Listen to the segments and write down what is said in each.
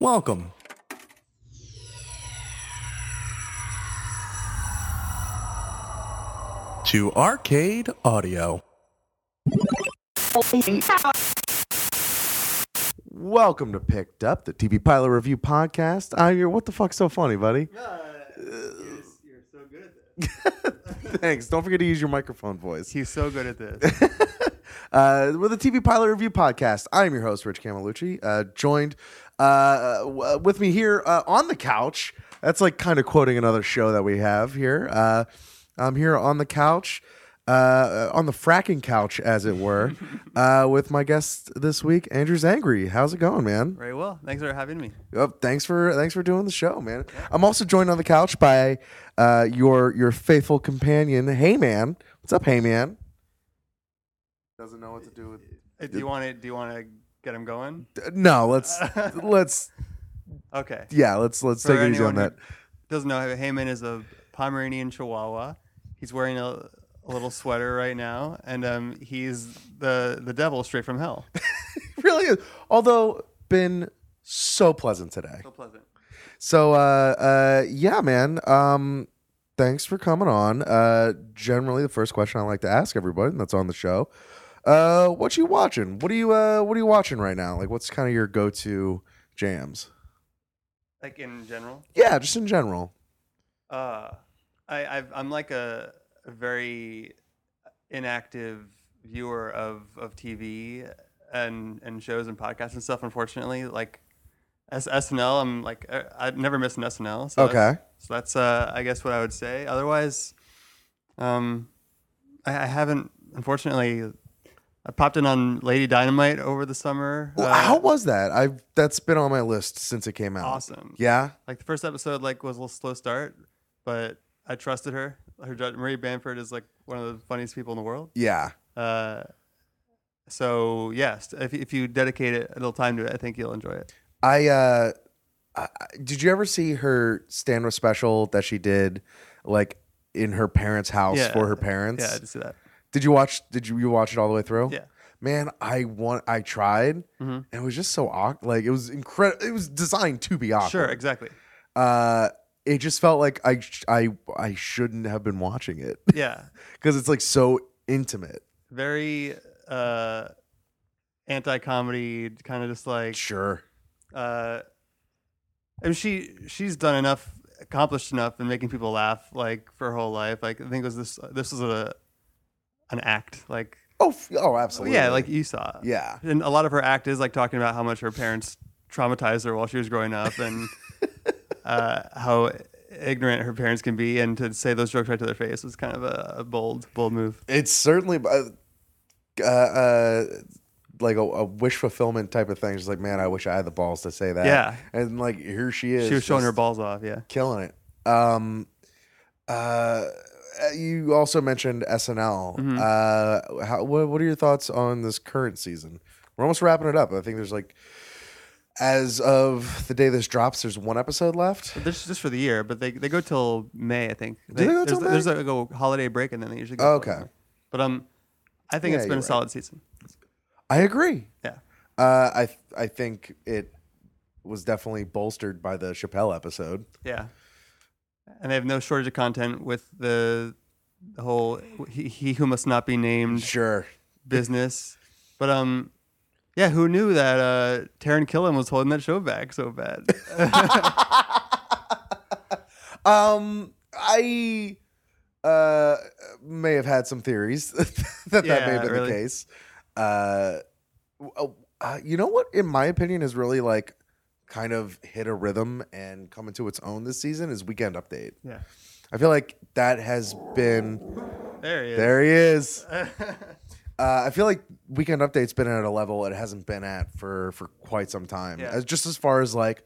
Welcome. To Arcade Audio. Welcome to Picked Up, the TV Pilot Review Podcast. I'm your what the fuck so funny, buddy? Uh, You're so good at this. Thanks. Don't forget to use your microphone voice. He's so good at this. Uh, with the TV Pilot Review Podcast, I'm your host, Rich Camelucci, uh, joined uh, w- with me here uh, on the couch. That's like kind of quoting another show that we have here. Uh, I'm here on the couch, uh, on the fracking couch, as it were, uh, with my guest this week, Andrew Zangri. How's it going, man? Very well. Thanks for having me. Oh, thanks for thanks for doing the show, man. I'm also joined on the couch by uh, your your faithful companion, Hey Man. What's up, Hey Man? Doesn't know what to do with. uh, Uh, Do you want to? Do you want to get him going? No, let's let's Okay. yeah, let's let's For take it easy on anyone who that. Doesn't know Heyman is a Pomeranian Chihuahua. He's wearing a, a little sweater right now, and um, he's the the devil straight from hell. really, is. although been so pleasant today. So pleasant. So uh, uh, yeah, man. Um, thanks for coming on. Uh, generally, the first question I like to ask everybody that's on the show, uh, what you watching? What are you uh, What are you watching right now? Like, what's kind of your go to jams? Like in general. Yeah, just in general. Uh, I, I've, I'm like a, a very inactive viewer of, of TV and, and shows and podcasts and stuff. Unfortunately, like as SNL, I'm like I, I've never missed an SNL. So That's, Okay. so that's uh, I guess what I would say. Otherwise, um, I, I haven't. Unfortunately, I popped in on Lady Dynamite over the summer. Well, Uh, How was that? I've that's been on my list since it came out. awesome. Yeah. like the first episode like was a little slow start, but I trusted her. Her judge Marie Bamford is like one of the funniest people in the world. Yeah. Uh, so yes, if if you dedicate it a little time to it, I think you'll enjoy it. I, uh, I I- did you ever see her stand up special that she did, like in her parents' house Yeah. for her parents? Yeah, I did see that. Did you watch? Did you you watch it all the way through? Yeah. Man, I want. I tried. Mhm. And it was just so awkward. Like it was incredible. It was designed to be awkward. Sure, exactly. Uh, it just felt like I sh- I I shouldn't have been watching it Yeah, because it's like so intimate. very uh, anti-comedy, kind of just like Sure. uh, I mean, she she's done enough, accomplished enough in making people laugh like for her whole life. Like I think it was this this was a an act. Like Oh. f- Oh, absolutely. yeah, like you saw. yeah. and a lot of her act is like talking about how much her parents traumatized her while she was growing up and uh, how ignorant her parents can be. And to say those jokes right to their face was kind of a, a bold bold move. It's certainly. Uh, uh, uh, like a, a wish fulfillment type of thing. She's like, man, I wish I had the balls to say that. Yeah. And like, here she is. She was showing her just- balls off. Yeah. killing it. Um, uh, you also mentioned SNL. Uh, how, what, what are your thoughts on this current season? We're almost wrapping it up. I think there's like, as of the day this drops, there's one episode left. This is just for the year, but they, they go till May, I think. they go there's, till there's May? Oh, like a holiday break, and then they usually go. till Okay. May. But um, I think Yeah, it's you're been a right. solid season. I agree. Yeah. Uh, I th- I think it was definitely bolstered by the Chappelle episode. Yeah. And they have no shortage of content with the, the whole he, he who must not be named Sure. business. But um, yeah, who knew that uh, Taron Killam was holding that show back so bad? Um, I uh, may have had some theories that that may Yeah, have been really. the case. Uh, w- uh, you know what, in my opinion, has really like kind of hit a rhythm and come into its own this season is Weekend Update. yeah, I feel like that has been there he is. there. He is. uh, I feel like Weekend Update's been at a level it hasn't been at for for quite some time. Yeah. As, just as far as like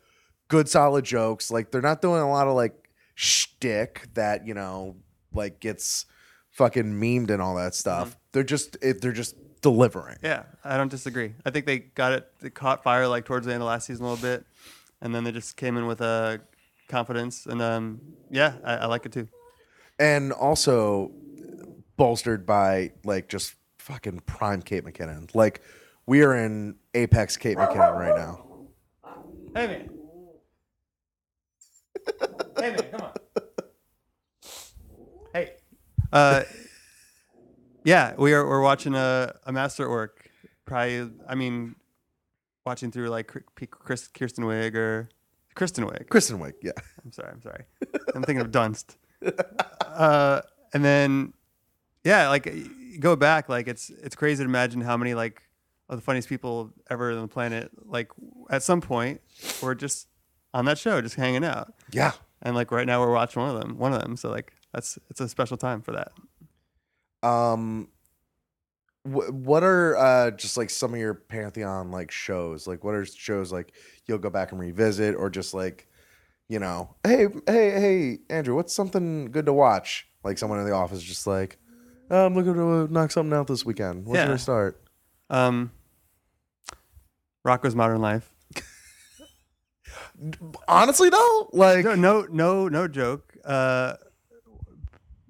good solid jokes, like they're not doing a lot of like shtick that you know like gets fucking memed and all that stuff. They're just it, they're just delivering. Yeah, I don't disagree. I think they got it. They caught fire like towards the end of last season a little bit, and then they just came in with a confidence. And um, yeah, I, I like it too. and also bolstered by like just fucking prime Kate McKinnon. Like we are in apex Kate McKinnon right now. Hey man, Save it. Come on. Hey. Uh, yeah, we are. We're watching a a masterwork. Probably. I mean, watching through like Kr- P- Chris Kirsten Wig or Kristen Wig. Kristen Wiig, yeah. I'm sorry. I'm sorry. I'm thinking of Dunst. Uh, and then, yeah, like y- go back. Like it's it's crazy to imagine how many like of the funniest people ever on the planet. Like at some point, were just on that show, just hanging out. Yeah. And like right now, we're watching one of them. One of them. So like that's it's a special time for that. Um wh- what are uh just like some of your pantheon like shows? Like what are shows like you'll go back and revisit or just like you know, hey hey hey Andrew, what's something good to watch? Like someone in the office just like, "Oh, I'm looking to uh, knock something out this weekend. Where should Yeah. I start? Um, Rocco's Modern Life. Honestly though, like No, no, no, no joke. Uh,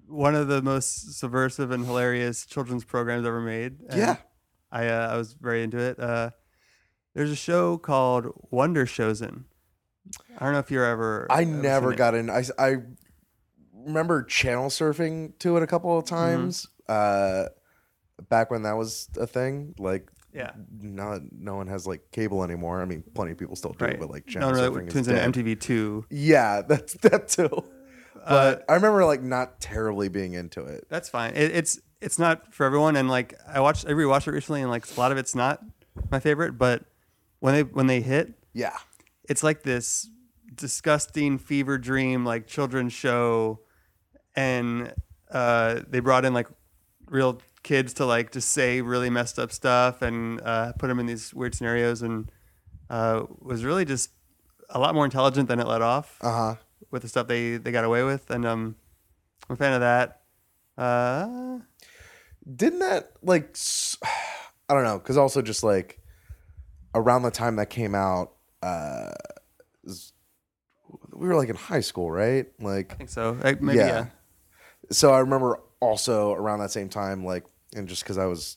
one of the most subversive and hilarious children's programs ever made. and Yeah. I uh, I was very into it. Uh, there's a show called Wonder Chosen. I don't know if you're ever. I ever seen never it. got in. I, I remember channel surfing to it a couple of Mm-hmm. times uh, back when that was a thing. Like, Yeah. not no one has like cable anymore. I mean, plenty of people still do, Right. but like No, channel no, surfing that is tunes into dead. MTV Two. Yeah, that's that too. Uh, But I remember like not terribly being into it. That's fine. It, it's it's not for everyone, and like I watched, I rewatched it recently, and like a lot of it's not my favorite. But when they when they hit, Yeah, it's like this disgusting fever dream like children's show and uh, they brought in like real kids to like just say really messed up stuff and uh, put them in these weird scenarios and uh, was really just a lot more intelligent than it let off uh huh. with the stuff they, they got away with and um, i'm a fan of that uh, Didn't that like s- I don't know because also just like around the time that came out, uh, s- we were like in high school, right? Like i think so Uh, maybe Yeah. yeah. so I remember also around that same time, like, and just because I was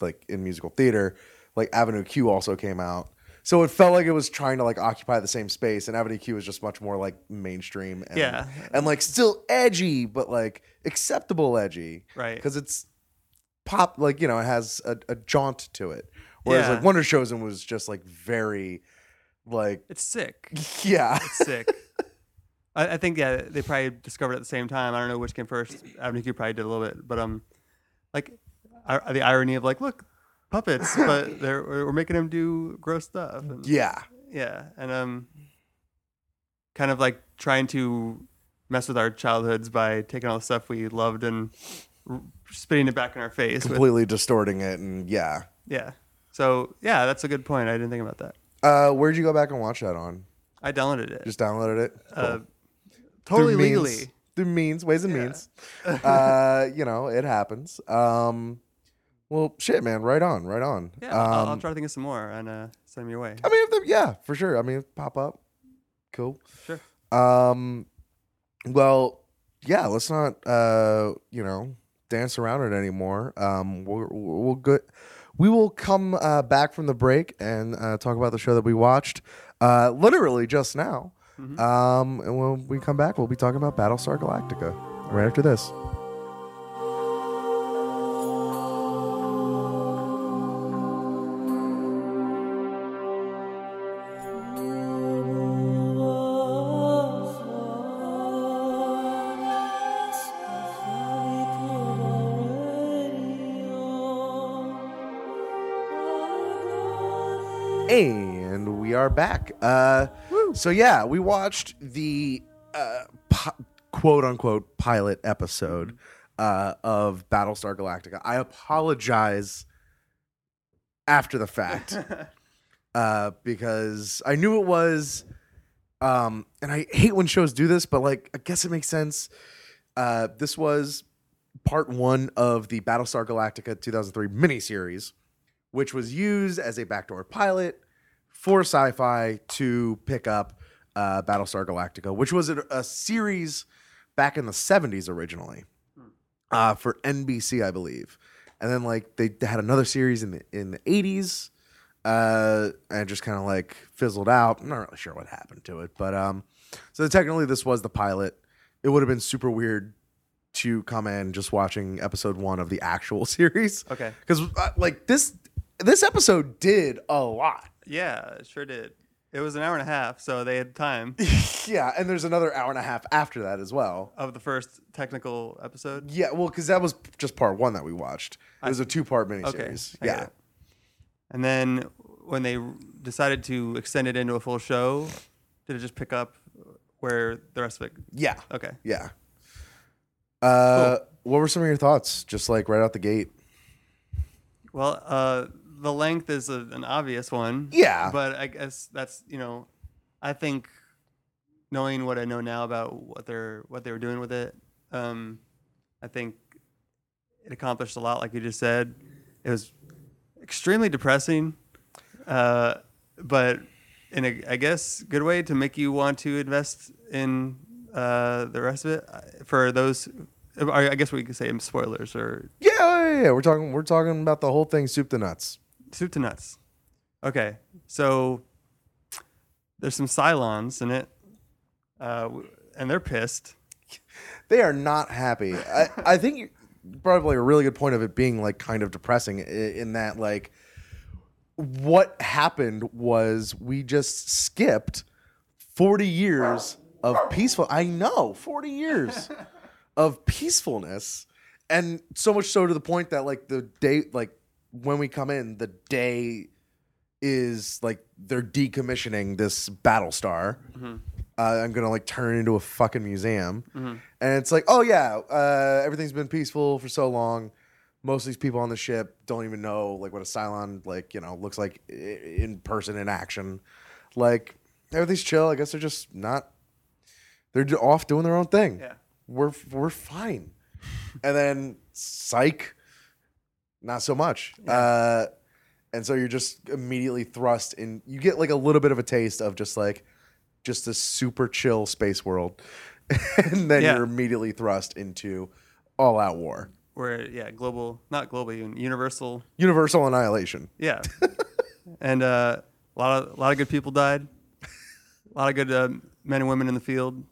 like in musical theater, like Avenue Q also came out. So it felt like it was trying to like occupy the same space, and Avenue Q was just much more like mainstream, and, Yeah. and like still edgy, but like acceptable edgy, Right. Because it's pop, like you know, it has a, a jaunt to it. Whereas Yeah. like Wonder Chosen was just like very, like it's sick yeah, sick. I, I think yeah, they probably discovered it at the same time. I don't know which came first. Avenue Q probably did a little bit, but um, like I, the irony of like, look, puppets, but they're we're making them do gross stuff. And, yeah, yeah, and um, kind of like trying to mess with our childhoods by taking all the stuff we loved and r- spitting it back in our face. with- completely distorting it, and yeah. yeah. So yeah, that's a good point. I didn't think about that. Uh, where'd you go back and watch that on? I downloaded it. Just downloaded it. uh, Cool. totally Through means- legally. Through means, ways and Yeah. means. uh, you know, it happens. Um, well, shit, man. Right on. Right on. Yeah, I'll, I'll Um, try to think of some more and uh, send them your way. I mean, if they- yeah, for sure. I mean, pop up. Cool. Sure. Um, well, yeah. Let's not, uh, you know, dance around it anymore. Um, we'll, we'll go. We will come uh, back from the break and uh, talk about the show that we watched, uh, literally just now. Um, and when we come back, we'll be talking about Battlestar Galactica right after this. And we are back. Uh, so yeah, we watched the uh, pi- quote unquote pilot episode uh, of Battlestar Galactica. I apologize after the fact uh, because I knew it was, um, and I hate when shows do this, but like I guess it makes sense. Uh, this was part one of the Battlestar Galactica 2003 miniseries which was used as a backdoor pilot for sci fi to pick up uh, Battlestar Galactica, which was a, a series back in the 70s originally uh, for NBC, I believe. And then, like, they had another series in the, in the 80s uh, and just kind of like fizzled out. I'm not really sure what happened to it, but um, So technically, this was the pilot. It would have been super weird to come in just watching episode one of the actual series Okay. because uh, like this this episode did a lot. Yeah, it sure did. It was an hour and a half, so they had time yeah, and there's another hour and a half after that as well. of the first technical episode. Yeah, well, because that was just part one that we watched. It was a two part miniseries. I get yeah, it. And then when they decided to extend it into a full show, did it just pick up where the rest of it? yeah, Okay. yeah. Uh, What were some of your thoughts? Just like right out the gate. Well, uh, the length is a, an obvious one. Yeah. But I guess that's you know, I think knowing what I know now about what they're what they were doing with it, um, I think it accomplished a lot. Like you just said, it was extremely depressing, uh, but in a I guess good way to make you want to invest in uh, the rest of it I- for those. I I guess we could say spoilers or Yeah, yeah, yeah. We're talking. We're talking about the whole thing, soup to nuts. soup to nuts. Okay, so there's some Cylons in it, uh, w- and they're pissed. They are not happy. I, I think you- probably a really good point of it being like kind of depressing i- in that like what happened was we just skipped 40 years of peaceful I know 40 years of peacefulness and so much so to the point that like the day like when we come in the day is like they're decommissioning this battlestar uh, i'm gonna like turn it into a fucking museum and it's like oh yeah uh, everything's been peaceful for so long most of these people on the ship don't even know like what a cylon like you know looks like i- in person in action like everything's chill i guess they're just not they're j- off doing their own thing Yeah. we're we're fine and then psych not so much uh and so you're just immediately thrust in you get like a little bit of a taste of just like just this super chill space world and then Yeah. you're immediately thrust into all out war Where yeah, global, not global, even universal. universal annihilation Yeah, and uh, a lot of a lot of good people died. A lot of good uh, men and women in the field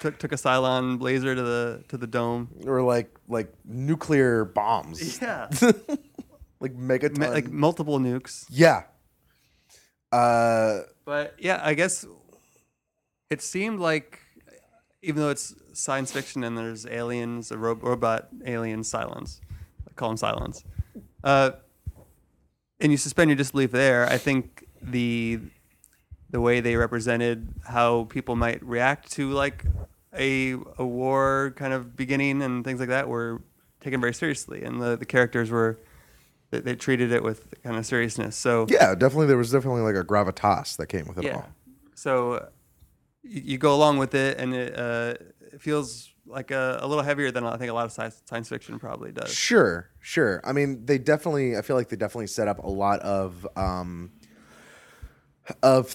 took took a Cylon laser to the to the dome. or like like nuclear bombs Yeah, like megaton like multiple nukes. yeah uh But yeah, I guess it seemed like, even though it's science fiction and there's aliens, a ro- robot alien Cylons, I call them Cylons, uh, and you suspend your disbelief there. I think the the way they represented how people might react to like a a war kind of beginning and things like that were taken very seriously, and the the characters were they, they treated it with kind of seriousness. So yeah definitely there was definitely like a gravitas that came with it all so uh, you, you go along with it, and it, uh, it feels like a, a little heavier than I think a lot of science, science fiction probably does. Sure, sure. I mean, they definitely. I feel like they definitely set up a lot of um, of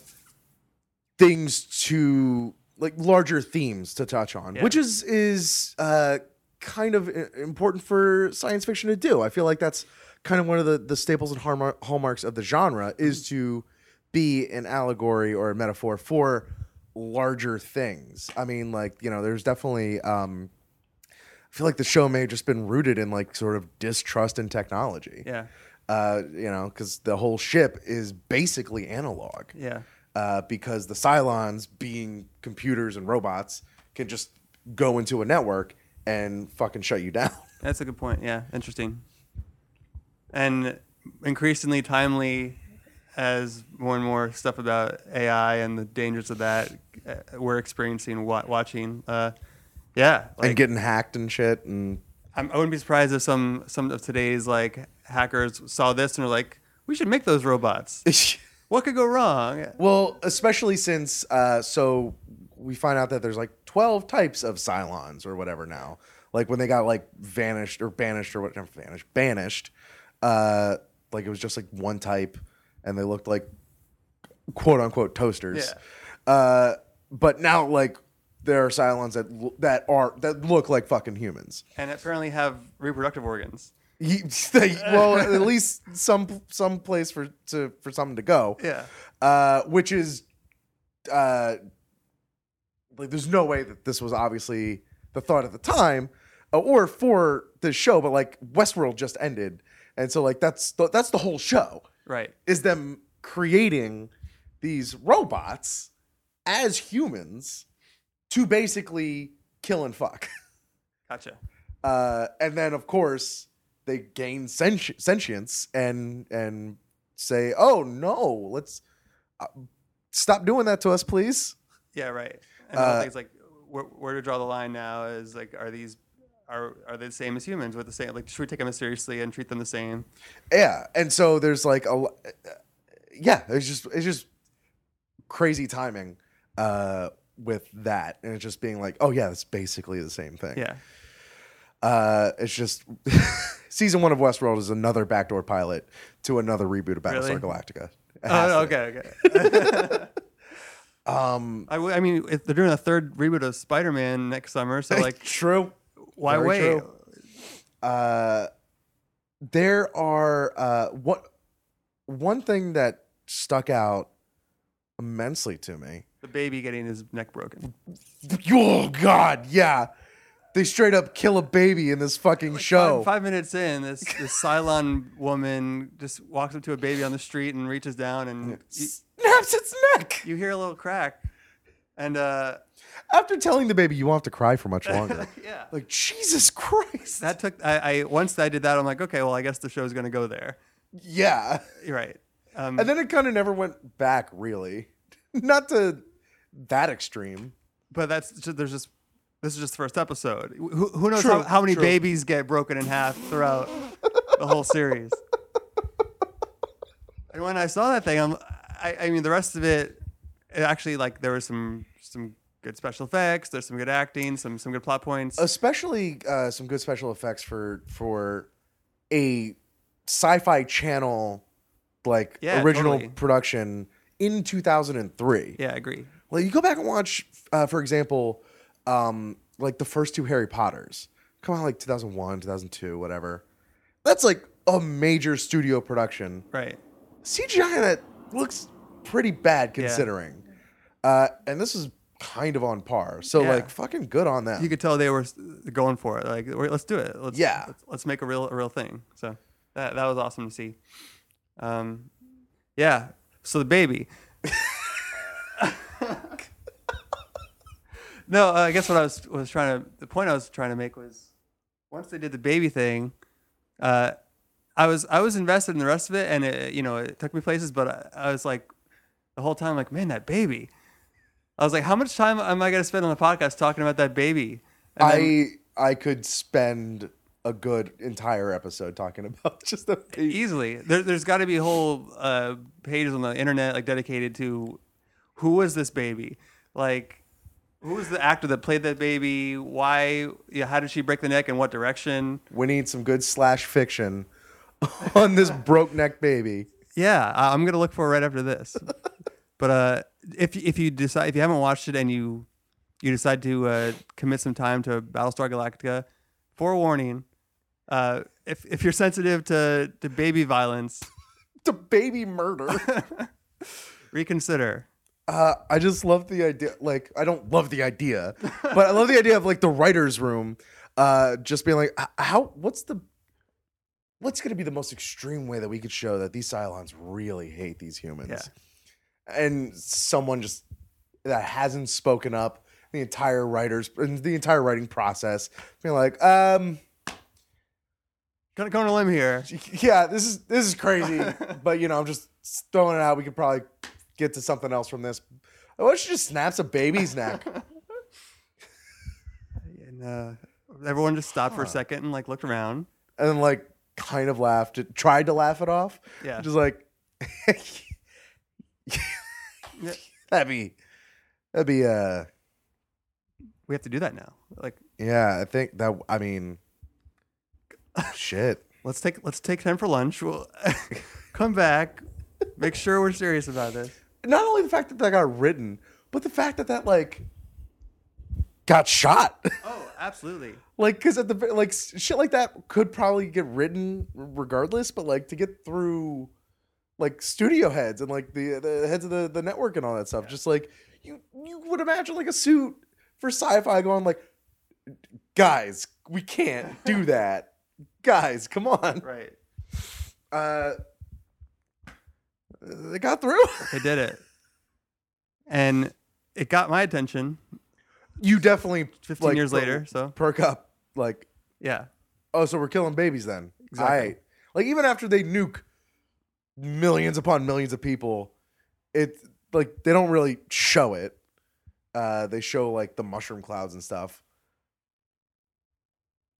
things to like larger themes to touch on, Yeah. which is is uh, kind of i- important for science fiction to do. I feel like that's kind of one of the the staples and hallmar- hallmarks of the genre is to be an allegory or a metaphor for larger things. I mean, like you know, there's definitely. Um, I feel like the show may have just been rooted in like sort of distrust in technology. Yeah, Uh, you know, because the whole ship is basically analog. yeah, Uh, because the Cylons, being computers and robots, can just go into a network and fucking shut you down. that's a good point. Yeah, interesting, and increasingly timely as more and more stuff about AI and the dangers of that uh, we're experiencing wa- watching. Uh, yeah, like- and getting hacked and shit. And I'm, I wouldn't be surprised if some some of today's like hackers saw this and are like, we should make those robots. What could go wrong? well, especially since uh, so we find out that there's like twelve types of Cylons or whatever now. Like when they got like vanished or banished or whatever vanished banished, uh, like it was just like one type, and they looked like quote unquote toasters. Uh, but now like there are Cylons that l- that are that look like fucking humans. And apparently have reproductive organs. Ye- they- well, at least some some place for to Uh, for something to go Yeah. uh, which is uh, like there's no way that this was obviously the thought at the time uh, or for the show, but like Westworld just ended, and so like that's the, that's the whole show Right. is them creating these robots as humans to basically kill and fuck. Gotcha. Uh, and then, of course, they gain senti- sentience and and say, "Oh no, let's uh, stop doing that to us, please." Yeah. Right. And I Uh, think it's like where, where to draw the line now is like are these are are they the same as humans with the same like should we take them as seriously and treat them the same? Yeah, and so there's like a, lo- yeah, it's just it's just crazy timing uh, with that, and it's just being like, "Oh yeah, it's basically the same thing." Yeah. Uh, it's just season one of Westworld is another backdoor pilot to another reboot of Battlestar Really? Galactica. It has Oh, to be. okay. Okay. Um, I, w- I mean, if they're doing a third reboot of Spider Man next summer, so like, true. why Very wait? true. Uh, there are uh, what one thing that stuck out immensely to me. The baby getting his neck broken. Oh God, yeah, they straight up kill a baby in this fucking show. Five, five minutes in, this, this Cylon woman just walks up to a baby on the street and reaches down, and e, you, Snaps its neck. you hear a little crack. And uh, After telling the baby you won't have to cry for much longer. yeah, like Jesus Christ. that took. I, I once I did that, I'm like, okay, well, I guess the show's gonna go there. yeah. You're right. Um, And then it kind of never went back, really. Not to that extreme. but that's just, there's just this is just the first episode. Who, who knows True, how, how many true. babies get broken in half throughout the whole series? and when I saw that thing, I'm, I, I mean, the rest of it, it actually like there was some some good special effects. There's some good acting, some some good plot Oh, points. Especially uh, some good special effects for for a sci-fi channel like Yeah, original totally. production in 2003. yeah, I agree. Like you go back and watch, uh, for example, um, like the first two Harry Potters come out like 2001, 2002, whatever. That's like a major studio production. Right. CGI in it looks pretty bad considering. Uh, and this is kind of on par. So Yeah. like fucking good on them. You could tell they were s- going for it. Like, "We're- let's do it. Let's, Yeah. Let's, let's make a real a real thing. So that that was awesome to see. Um, yeah. So the baby. no, uh, I guess what I was was trying to the point I was trying to make was once they did the baby thing, uh, I was I was invested in the rest of it, and it you know it took me places, but I, I was like the whole time like man that baby. I was like, how much time am I gonna spend on the podcast talking about that baby? And then- I I could spend a good entire episode talking about just the easily there, there's got to be whole uh, pages on the internet like dedicated to who was this baby like who was the actor that played that baby why yeah, how did she break the neck in what direction we need some good slash fiction on this broke neck baby. yeah I, i'm gonna look for it right after this but uh if, if you decide if you haven't watched it and you you decide to uh, commit some time to battlestar galactica forewarning uh, if, if you're sensitive to, to baby violence The baby murder. reconsider Uh, I just love the idea. Like, I don't love the idea, but I love the idea of like the writers' room, uh, just being like, "H- how? What's the? What's going to be the most extreme way that we could show that these Cylons really hate these humans? And someone just that hasn't spoken up. The entire writers and the entire writing process being like, um, gonna go on a limb here yeah, this is this is crazy, but you know, I'm just throwing it out. We could probably get to something else from this. I wish she just snaps a baby's neck. and uh, everyone just stopped for a second and like looked around. and then like kind of laughed, tried to laugh it off. Yeah. Just like that'd be that'd be uh We have to do that now. Like, yeah, I think that I mean shit. let's take let's take time for lunch. We'll come back, make sure we're serious about this. Not only the fact that that got written, but the fact that that like got shot. Oh, absolutely. like cuz at the ve- like s- shit like that could probably get written regardless, but like to get through like studio heads and like the, the heads of the, the network and all that stuff. Just like you you would imagine like a suit for sci-fi going like, guys, we can't do that. guys, come on. Right. Uh, they got through. They did it. And it got my attention you definitely 15 like, years per- later. So, perk up. Like, yeah. oh, so we're killing babies then? Exactly. All right. Like even after they nuke millions upon millions of people, it like they don't really show it. Uh, they show like the mushroom clouds and stuff.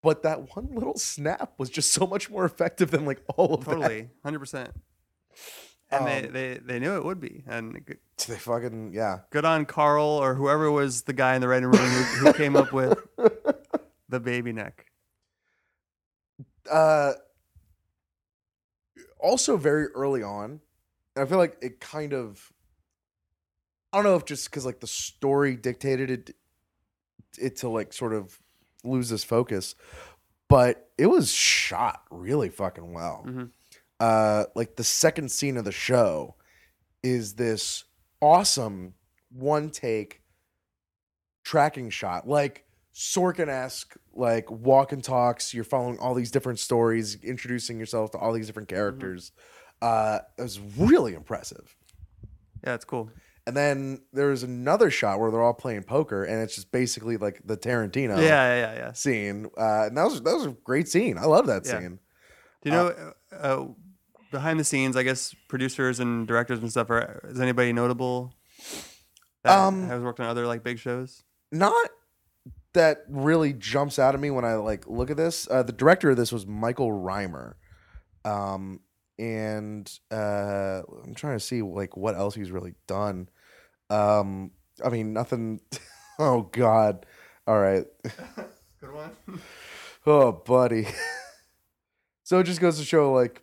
But that one little snap was just so much more effective than like all of that. Totally. 100%. And they, Um, they, they knew it would be. And g- They fucking yeah. good on Carl or whoever was the guy in the writing room who, who came up with the baby neck. Uh, also, very early on, and I feel like it kind of. I don't know if just because like the story dictated it, it to like sort of lose this focus, but it was shot really fucking well. Mhm. Uh, like the second scene of the show is this awesome one take tracking shot, like Sorkin esque, like walk and talks. You're following all these different stories, introducing yourself to all these Mm-hmm. different characters. Uh, it was really impressive. Yeah, it's cool. And then there's another shot where they're all playing poker, and it's just basically like the Tarantino Yeah, yeah, yeah, yeah. scene. Uh, and that was that was a great scene. I love that Yeah. scene. Do you know uh, uh, behind the scenes? I guess producers and directors and stuff. Are, is anybody notable? That Um, has worked on other like big shows. Not that really jumps out at me when I like look at this. Uh, the director of this was Michael Reimer, um, and uh, I'm trying to see like what else he's really done. Um, I mean, nothing. oh God! All right. Good one. Oh, buddy. so it just goes to show like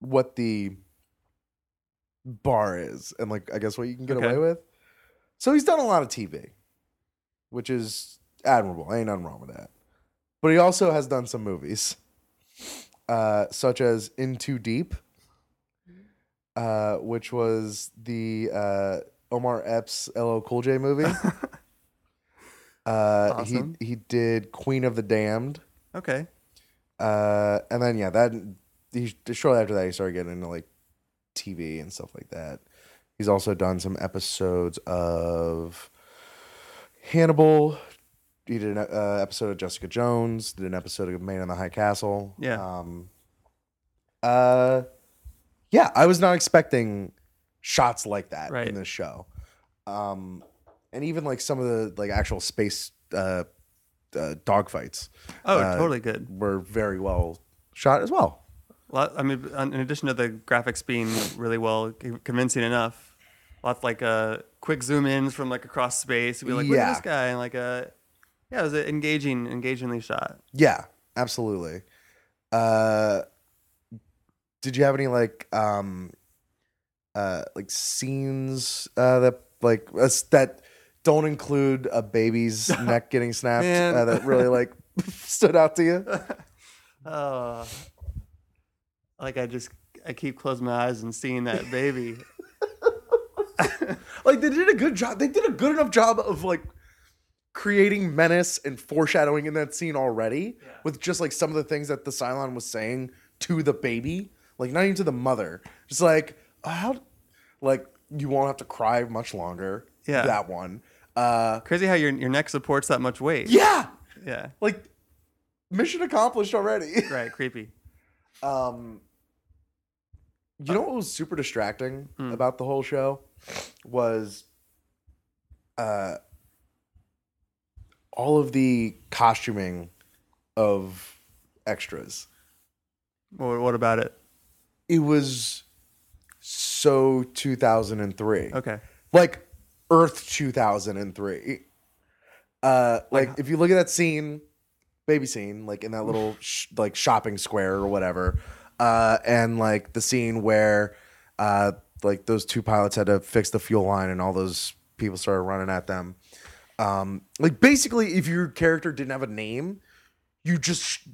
what the bar is and like I guess what you can get Okay. away with. So he's done a lot of TV, which is admirable. Ain't nothing wrong with that. But he also has done some movies, uh, such as In Too Deep, uh, which was the uh, Omar Epps LL Cool J movie. Uh, Awesome. He he did Queen of the Damned. okay. Uh, and then yeah, that he, shortly after that he started getting into like TV and stuff like that. He's also done some episodes of Hannibal. He did an uh, episode of Jessica Jones. Did an episode of Man in the High Castle. Yeah. Um. Uh, yeah, I was not expecting shots like that Right. in this show. Um, and even like some of the like actual space uh, uh dogfights Oh, Uh, totally good. were very well shot as well. Lot, I mean, on- in addition to the graphics being really well c- convincing enough, lots like uh, quick zoom ins from like across space. You'd Be like, look Yeah. at this guy, and like uh, yeah, it was a engaging, engagingly shot. Yeah, absolutely. Uh, did you have any like um, uh, like scenes uh, that like us that don't include a baby's neck getting snapped Man. uh, that really like stood out to you? Oh, like I just I keep closing my eyes and seeing that baby. Like they did a good job. They did a good enough job of like creating menace and foreshadowing in that scene already with just like some of the things that the Cylon was saying to the baby, like not even to the mother. Just like uh, how, like you won't have to cry much longer. Yeah. that one. Uh, Crazy how your your neck supports that much weight. yeah, Yeah. like mission accomplished already. Right. Creepy. Um, you know what was super distracting about the whole show was uh, all of the costuming of extras. What, what about it? It was so 2003, Okay. like Earth 2003. Uh, like if you look at that scene, baby scene, like in that little sh- like shopping square or whatever, uh, and like the scene where uh, like those two pilots had to fix the fuel line and all those people started running at them. Um, like basically, if your character didn't have a name, you just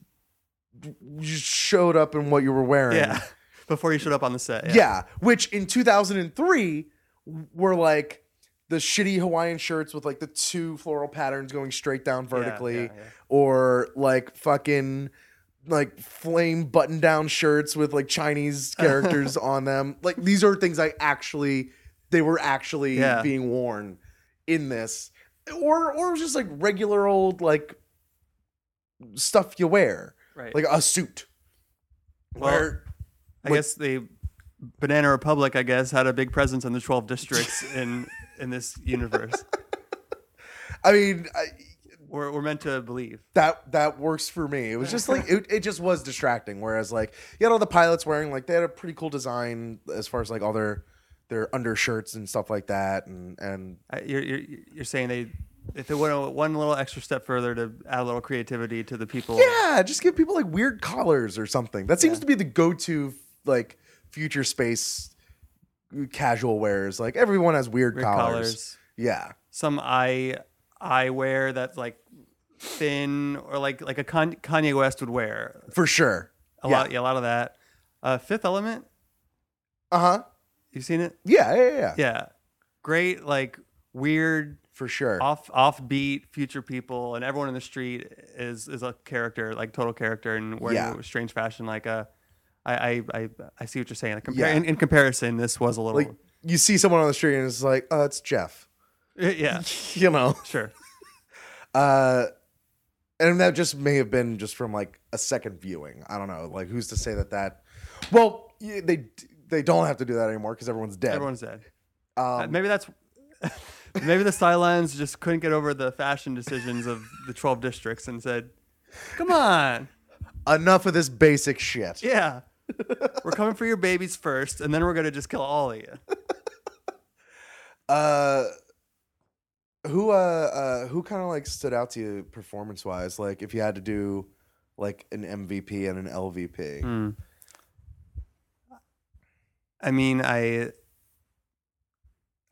you just showed up in what you were wearing. Yeah. Before you showed up on the set. Yeah. which in 2003 were like the shitty Hawaiian shirts with like the two floral patterns going straight down Yeah, vertically, yeah, yeah. or like fucking like flame button down shirts with like Chinese characters on them. Like these are things I actually they were actually Yeah. being worn in this. Or or it was just like regular old like stuff you wear. Right. Like a suit. Well, where I like- guess the Banana Republic, I guess, had a big presence in the twelve districts in in this universe. I mean I, We're, we're meant to believe. that that works for me. It was just like it, it just was distracting. Whereas like you had all the pilots wearing like they had a pretty cool design as far as like all their their undershirts and stuff like that and and I, you're, you're you're saying they if they went a- one little extra step further to add a little creativity to the people. yeah, just give people like weird collars or something. That seems to be the go-to like future space casual wear is like everyone has weird, weird collars. collars. Yeah. some eye eyewear that's like thin or like like a Kan- Kanye West would wear. For sure. A lot, yeah, a lot of that. Uh, Fifth Element, Uh-huh. you've seen it? Yeah, yeah, yeah, yeah. Yeah, great, like weird, For sure. off offbeat future people, and everyone in the street is is a character, like total character, and wearing Yeah. a strange fashion. Like uh, I I I, I see what you're saying. Like compare, Yeah. in, in comparison, this was a little, Like you see someone on the street and it's like, "Oh, it's Jeff." yeah, You know. sure, Uh, and that just may have been just from like a second viewing. I don't know. Like, who's to say that that? Well, y- they they don't have to do that anymore because everyone's dead. everyone's dead. Uh, um, maybe that's maybe the Cylons just couldn't get over the fashion decisions of the 12 districts and said, "Come on, enough of this basic shit. yeah, we're coming for your babies first, and then we're gonna just kill all of you." Uh, who uh, uh who kind of like stood out to you performance wise? Like, if you had to do like an MVP and an LVP, Mm. I mean, I,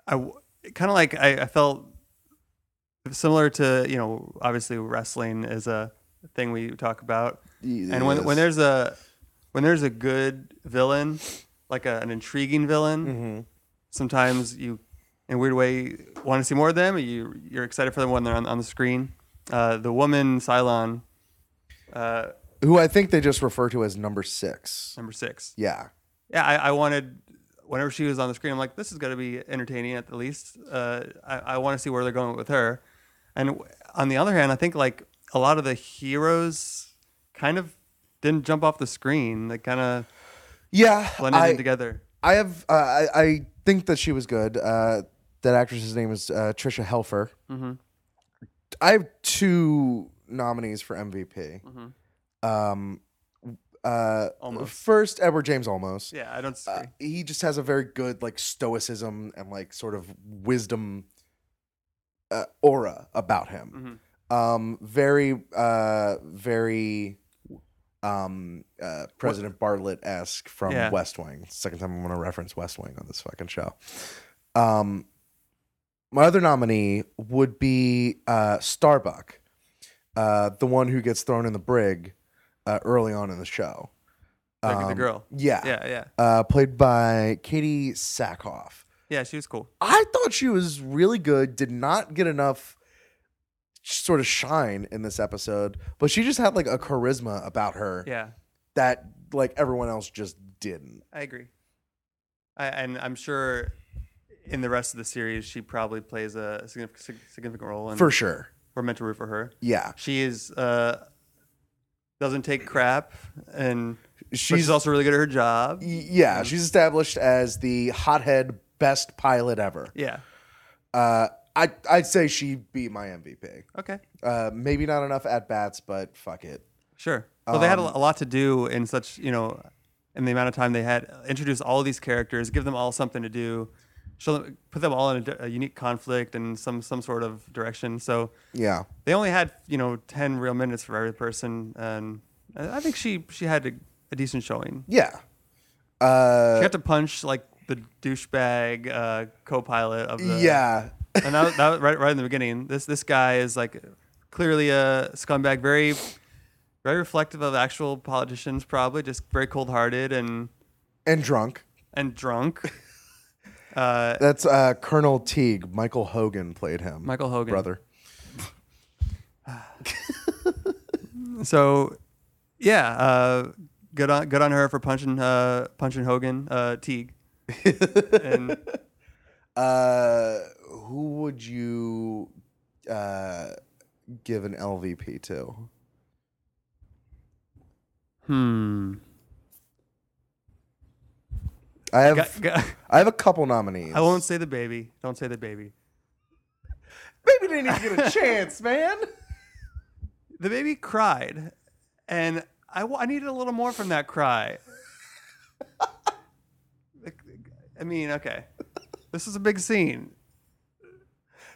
I kind of like I, I felt similar to you know obviously wrestling is a thing we talk about Y- and when, when yes. there's a when there's a good villain like a, an intriguing villain Mhm. sometimes you in a weird way want to see more of them or you you're excited for them when they're on, on the screen uh, the woman cylon uh, who I think they just refer to as number six. number six Yeah, yeah I, I wanted whenever she was on the screen i'm like this is going to be entertaining at the least uh, i, I want to see where they're going with her and w- on the other hand i think like a lot of the heroes kind of didn't jump off the screen they kind of yeah. blended I- in together I have. Uh, I, I think that she was good. Uh, that actress's name is uh, Trisha Helfer. Mhm. I have two nominees for MVP. Mhm. Um, uh, Almost. First, Edward James almost. yeah i don't see Uh, he just has a very good like stoicism and like sort of wisdom uh, aura about Mm-hmm. him. Um, very, uh, very. Um, uh, President Bartlett esque from Yeah. West Wing. Second time I'm going to reference West Wing on this fucking show. Um, my other nominee would be uh, Starbuck, uh, the one who gets thrown in the brig uh, early on in the show. Like the Um, girl. Yeah yeah yeah uh, played by Katie Sackhoff. yeah she was cool I thought she was really good, did not get enough sort of shine in this episode, but she just had like a charisma about her yeah that like everyone else just didn't. I agree. I, and I'm sure in the rest of the series, she probably plays a significant significant role. And For sure. we're meant to root for her. Yeah. She is uh, doesn't take crap, and but she's, She's- also really good at her job. Y- Yeah, she's established as the hothead best pilot ever. Yeah. Uh I I'd say she'd be my MVP. Okay. Uh maybe not enough at bats, but fuck it. Sure. Well, they had a, a lot to do in such you know, in the amount of time they had. Introduce all these characters, give them all something to do, show them, put them all in a di- a, unique conflict and some some sort of direction. So Yeah. they only had you know 10 real minutes for every person and i I think she she had a, a decent showing Yeah. Uh she had to punch like the douchebag uh, co-pilot of the yeah. and that, that was right right in the beginning this this guy is like clearly a scumbag very very reflective of actual politicians probably just very cold-hearted and And drunk. and drunk Uh, That's uh, Colonel Teague. Michael Hogan played him. Michael Hogan. brother. so yeah, uh, good on good on her for punching uh, punching Hogan uh, Teague. and Uh, who would you uh, give an LVP to? hmm, I have Got- got- I have a couple nominees. I won't say the baby. Don't say the baby. Baby didn't even get a chance, man. The baby cried, and I wa- I needed a little more from that cry. I mean, okay, this is a big scene.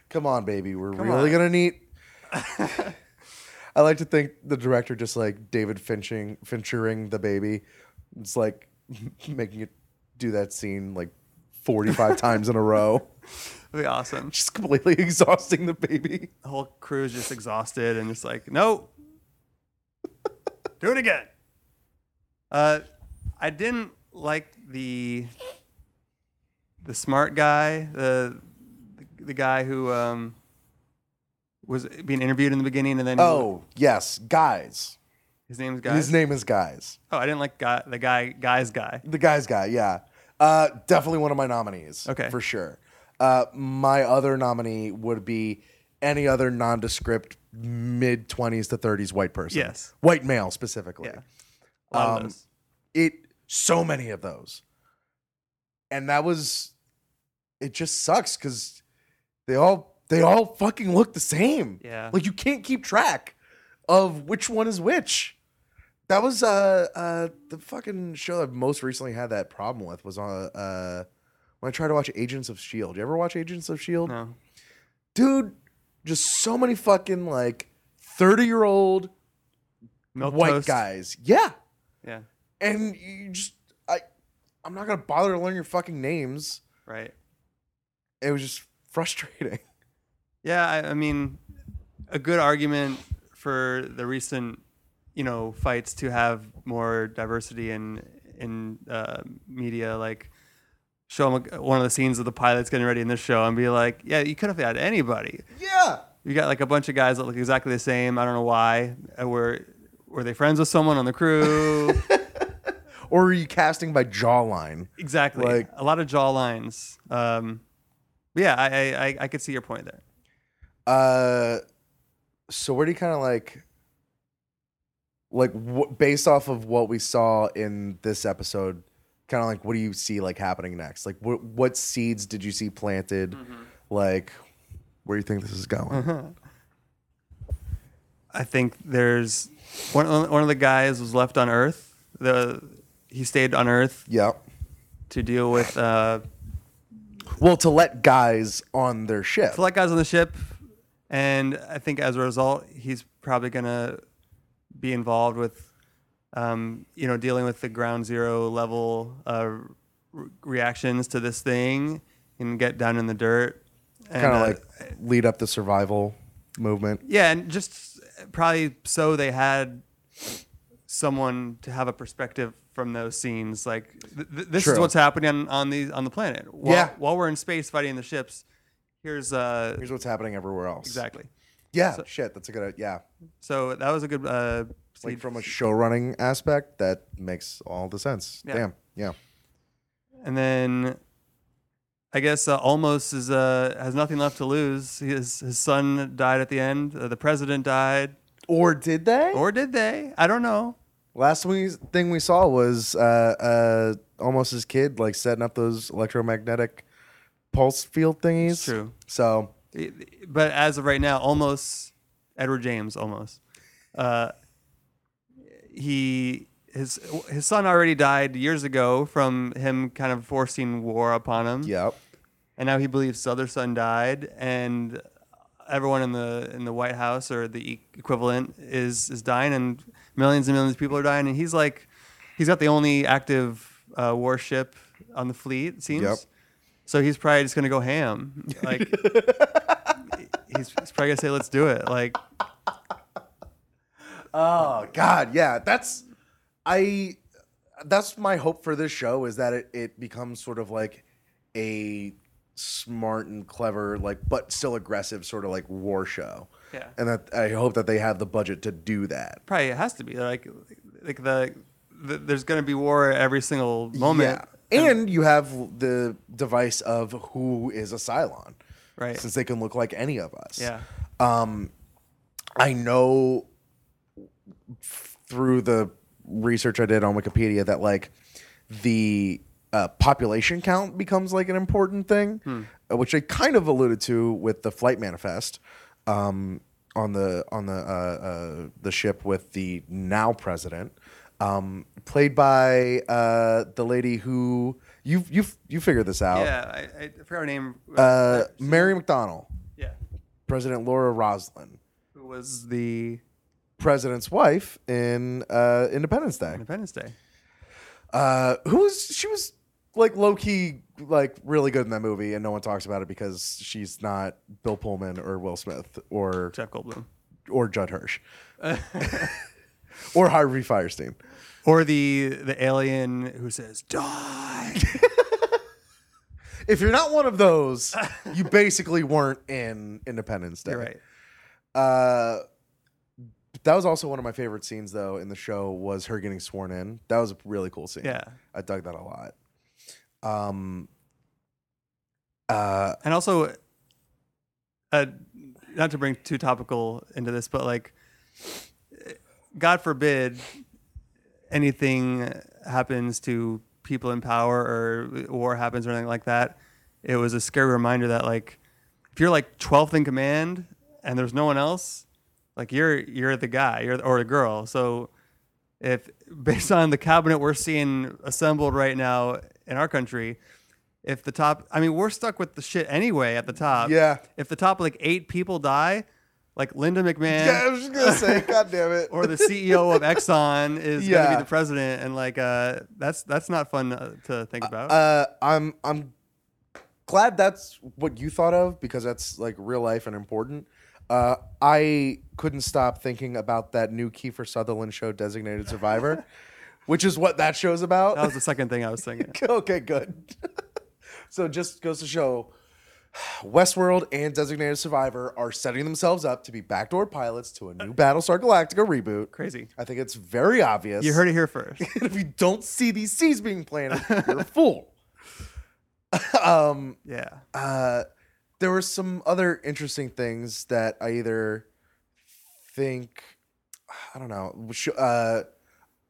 Come on, baby. We're Come really on. gonna need. I like to think the director just like David Finching, Finchering the baby. It's like making it do that scene like forty-five times in a row, It'd be awesome. just completely exhausting the baby. The whole crew is just exhausted and just like, no, do it again. Uh, I didn't like the the smart guy, the the, guy who um, was being interviewed in the beginning, and then he- Oh yes, guys. his name's guy. His name is Guys. oh, I didn't like guy, the guy, guy's guy. The Guys guy. Yeah, uh, definitely one of my nominees. Okay. for sure. Uh, my other nominee would be any other nondescript mid twenties to thirties white person. Yes. white male specifically. Yeah, a lot of Um, those. It so many of those, and that was it. Just sucks because they all they all fucking look the same. Yeah. like you can't keep track of which one is which. That was uh uh the fucking show I've most recently had that problem with was on uh when I tried to watch Agents of Shield. E You ever watch Agents of Shield? No. E dude, just so many fucking like 30 year old Milk white toast. guys. Yeah. Yeah, And you just, I, I'm not going to bother to learn your fucking names. right. It was just frustrating. Yeah, I, I mean, a good argument for the recent, you know, fights to have more diversity in in uh, media, like show them one of the scenes of the pilots getting ready in this show and be like, yeah, you could have had anybody. Yeah. You got like a bunch of guys that look exactly the same. I don't know why. Uh, Were were they friends with someone on the crew? Or are you casting by jawline? exactly. Like- a lot of jaw lines. Um, yeah, I, I I- I could see your point there. Uh, so where do you kind of like, like wh- based off of what we saw in this episode, kind of like what do you see like happening next? Like what what seeds did you see planted? Like where do you think this is going? Mm-hmm. I think there's one one of the guys was left on Earth. The he stayed on Earth Yeah. to deal with uh, Well, to let guys on their ship. black guys on the ship, and I think as a result, he's probably gonna be involved with um, you know dealing with the ground zero level uh, re- reactions to this thing and get down in the dirt. and, kind of uh, like lead up the survival movement. Yeah, and just probably so they had someone to have a perspective from those scenes. Like th- th- this is True. what's happening on, on these on the planet. While, Yeah. While we're in space fighting the ships, here's uh Here's what's happening everywhere else. exactly. Yeah. shit. That's a good. Yeah. So that was a good uh Like seed- from a show running aspect, that makes all the sense. Yeah. Damn. Yeah. and then. I guess uh, almost is uh, has nothing left to lose. His his son died at the end. Uh, the president died, Or did they? or did they? I don't know. Last we, thing we saw was uh, uh, almost his kid like setting up those electromagnetic pulse field thingies. true. So It- but as of right now, almost Edward James, almost. Uh, he his his son already died years ago from him kind of forcing war upon him, yep. and now he believes his other son died, and everyone in the in the White House or the e- equivalent is is dying, and millions and millions of people are dying, and he's like, he's got the only active uh, warship on the fleet, it seems. Yep. So he's probably just gonna go ham. Like he's, he's probably gonna say, "Let's do it." Like Oh God, yeah. That's I. That's my hope for this show is that it it becomes sort of like a smart and clever, like but still aggressive sort of like war show. Yeah. And that I hope that they have the budget to do that. Probably it has to be like like the, the there's going to be war every single moment. Yeah. And you have the device of who is a Cylon. Right. Since they can look like any of us. Yeah. I know through the research I did on Wikipedia that like the uh, population count becomes like an important thing, Hmm. uh, which I kind of alluded to with the flight manifest um, on the on the uh, uh, the ship with the now president, um, played by uh, the lady who you you you figured this out, Yeah, I, I forgot her name. Oh. uh, Mary McDonnell, yeah, President Laura Roslin. who was the president's wife in uh, Independence Day. Independence Day? Uh, who was she was like low key like really good in that movie, and no one talks about it because she's not Bill Pullman or Will Smith or Jeff Goldblum, or Judd Hirsch or Harvey Firestein. or the the alien who says die. If you're not one of those, you basically weren't in Independence Day. You're right. Uh, that was also one of my favorite scenes though in the show was her getting sworn in. That was a really cool scene. Yeah, I dug that a lot. and also, uh, not to bring too topical into this, but like, God forbid anything happens to people in power or war happens or anything like that. It was a scary reminder that like, if you're like 12th in command and there's no one else, like you're you're the guy, you're or the girl. So if based on the cabinet we're seeing assembled right now in our country, if the top, I mean, we're stuck with the shit anyway at the top. Yeah. If the top like eight people die, like Linda McMahon, Yeah, I was just gonna say, God damn it. or the CEO of Exxon is going Yeah. to be the president, and like uh, that's that's not fun uh, to think about. Uh, I'm I'm glad that's what you thought of because that's like real life and important. Uh, I couldn't stop thinking about that new Kiefer Sutherland show, Designated Survivor, which is what that show's about. that was the second thing I was thinking. okay, good. so just goes to show Westworld and Designated Survivor are setting themselves up to be backdoor pilots to Uh, a new Battlestar Galactica reboot. Crazy. I think it's very obvious. You heard it here first. if you don't see these seeds being planted, you're a fool. um, Yeah, uh, there were some other interesting things that I either think I don't know. sh- Uh,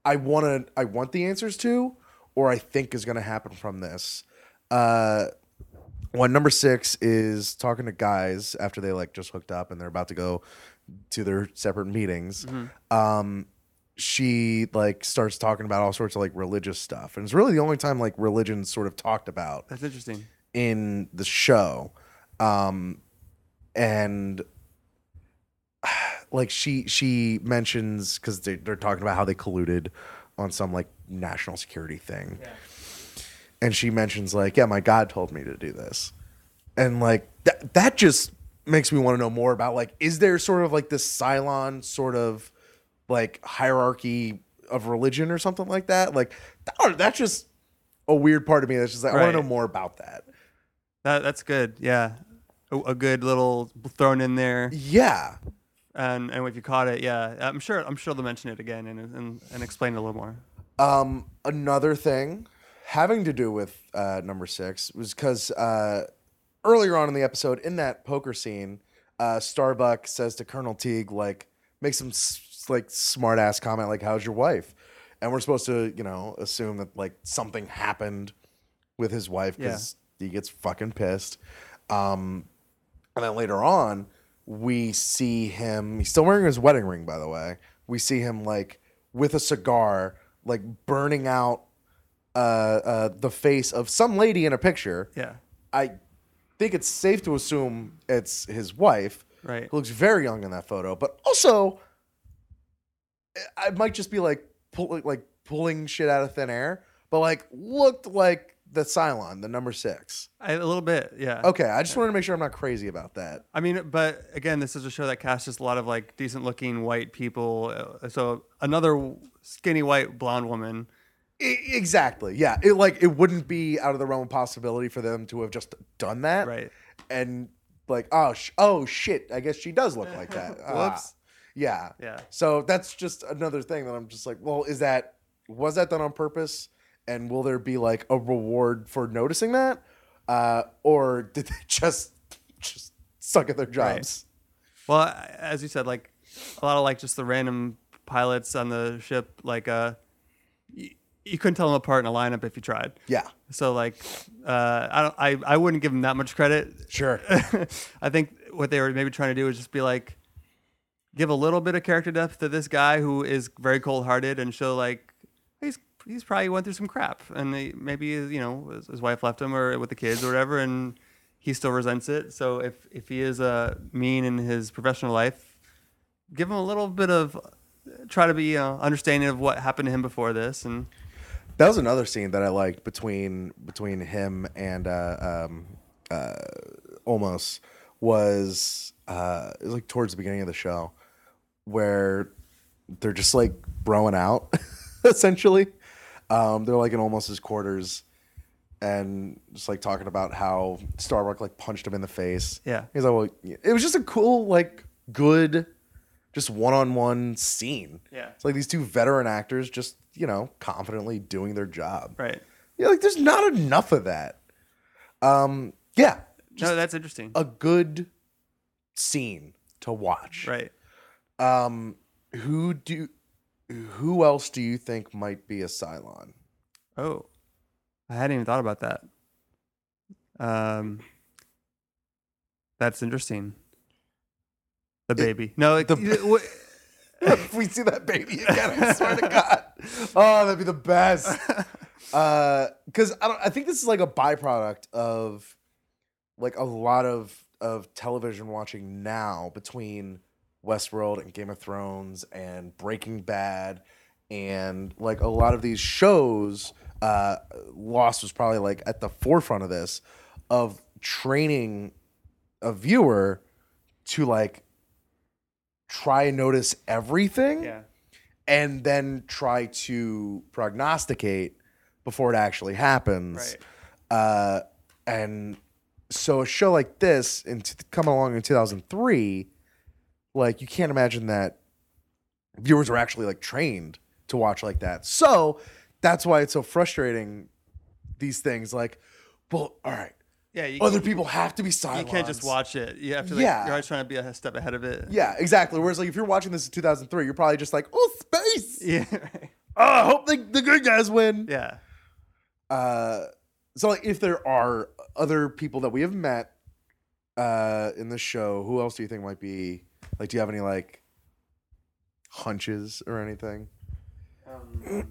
I want to. I want the answers to, or I think is going to happen from this. Uh, one number six is talking to guys after they like just hooked up and they're about to go to their separate meetings. Um, she like starts talking about all sorts of like religious stuff, and it's really the only time like religion's sort of talked about that's interesting. in the show um and like she she mentions because they, they're talking about how they colluded on some like national security thing and she mentions like yeah my god told me to do this and like that that just makes me want to know more about like is there sort of like this cylon sort of like hierarchy of religion or something like that like that- that's just a weird part of me that's just like i want Right. to know more about that That that's good. Yeah, a, a good little thrown in there, yeah and and if you caught it, yeah, I'm sure I'm sure they'll mention it again and and, and explain it a little more. Um, another thing having to do with uh, number six was because uh, earlier on in the episode, in that poker scene, uh, Starbuck says to Colonel Teague, like, make some s- like smart ass comment, like, "How's your wife?" And we're supposed to, you know, assume that like something happened with his wife because he gets fucking pissed. Um, and then later on, we see him. He's still wearing his wedding ring, by the way. We see him like with a cigar, like burning out uh, uh, the face of some lady in a picture. Yeah, I think it's safe to assume it's his wife. Right. Who looks very young in that photo, but also, I- I might just be like pull, like pulling shit out of thin air, but like looked like the Cylon, the number six. I, a little bit. Yeah. Okay, I just wanted to make sure I'm not crazy about that. I mean, but again, this is a show that casts just a lot of like decent looking white people. Uh, So another w- skinny white blonde woman I- E, exactly. Yeah. It like it wouldn't be out of the realm of possibility for them to have just done that. Right. And like, oh, sh- oh shit. I guess she does look like that. Ah. Whoops. Yeah. Yeah. So that's just another thing that I'm just like, well, is that was that done on purpose? And will there be like a reward for noticing that, uh, or did they just just suck at their jobs? Well, I- as you said, like a lot of like just the random pilots on the ship, like uh, you, you couldn't tell them apart in a lineup if you tried. Yeah, So like, uh, I don't, I, I wouldn't give them that much credit. sure. I think what they were maybe trying to do is just be like, give a little bit of character depth to this guy who is very cold-hearted and show like he's he's probably went through some crap and he, maybe you know his, his wife left him or with the kids or whatever and he still resents it. So if if he is uh, mean in his professional life, give him a little bit of try to be you know, understanding of what happened to him before this and That was another scene that I liked between between him and uh, um, uh, almost was uh, it was like towards the beginning of the show where they're just like broing out essentially. Um, they're like in almost his quarters and just like talking about how Starbuck like punched him in the face. Yeah. he's like, well, it was just a cool like good just one-on-one scene. Yeah. It's like these two veteran actors just, you know, confidently doing their job. right. Yeah, like there's not enough of that. Um, yeah, just no, that's interesting. a good scene to watch. right. Um, who do who else do you think might be a Cylon? Oh, I hadn't even thought about that. Um, that's interesting. The baby. no, it, the- it- wha- if we see that baby again, I swear to God. Oh, that'd be the best. Because Uh, I don't. I think this is like a byproduct of like a lot of of television watching now between Westworld and Game of Thrones and Breaking Bad and like a lot of these shows. Uh, Lost was probably like at the forefront of this of training a viewer to like try and notice everything yeah, and then try to prognosticate before it actually happens. right. Uh, and so a show like this in t- coming along in 2003, like you can't imagine that viewers were actually like trained to watch like that. So that's why it's so frustrating. These things like, well, all right, Yeah, you, other people have to be you silent. can't just watch it. You have to. Like, Yeah. You're always trying to be a step ahead of it. Yeah, exactly. Whereas like if you're watching this in 2003, you're probably just like, oh, space. Yeah. right. Oh, I hope the, the good guys win. yeah. Uh, so like if there are other people that we have met uh, in the show, who else do you think might be like? Do you have any like hunches or anything? Um,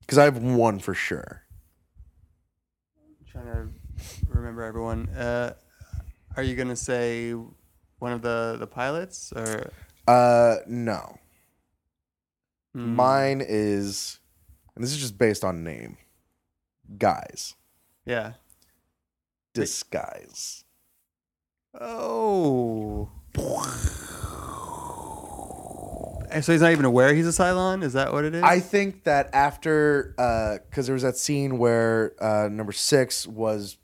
Because I have one for sure. trying to remember everyone. Uh, are you gonna say one of the the pilots or Uh, no, Hmm. mine is, and this is just based on name, guys Yeah. disguise. Oh. And so he's not even aware he's a Cylon? Is that what it is? I think that after, because there was that scene where uh, number six was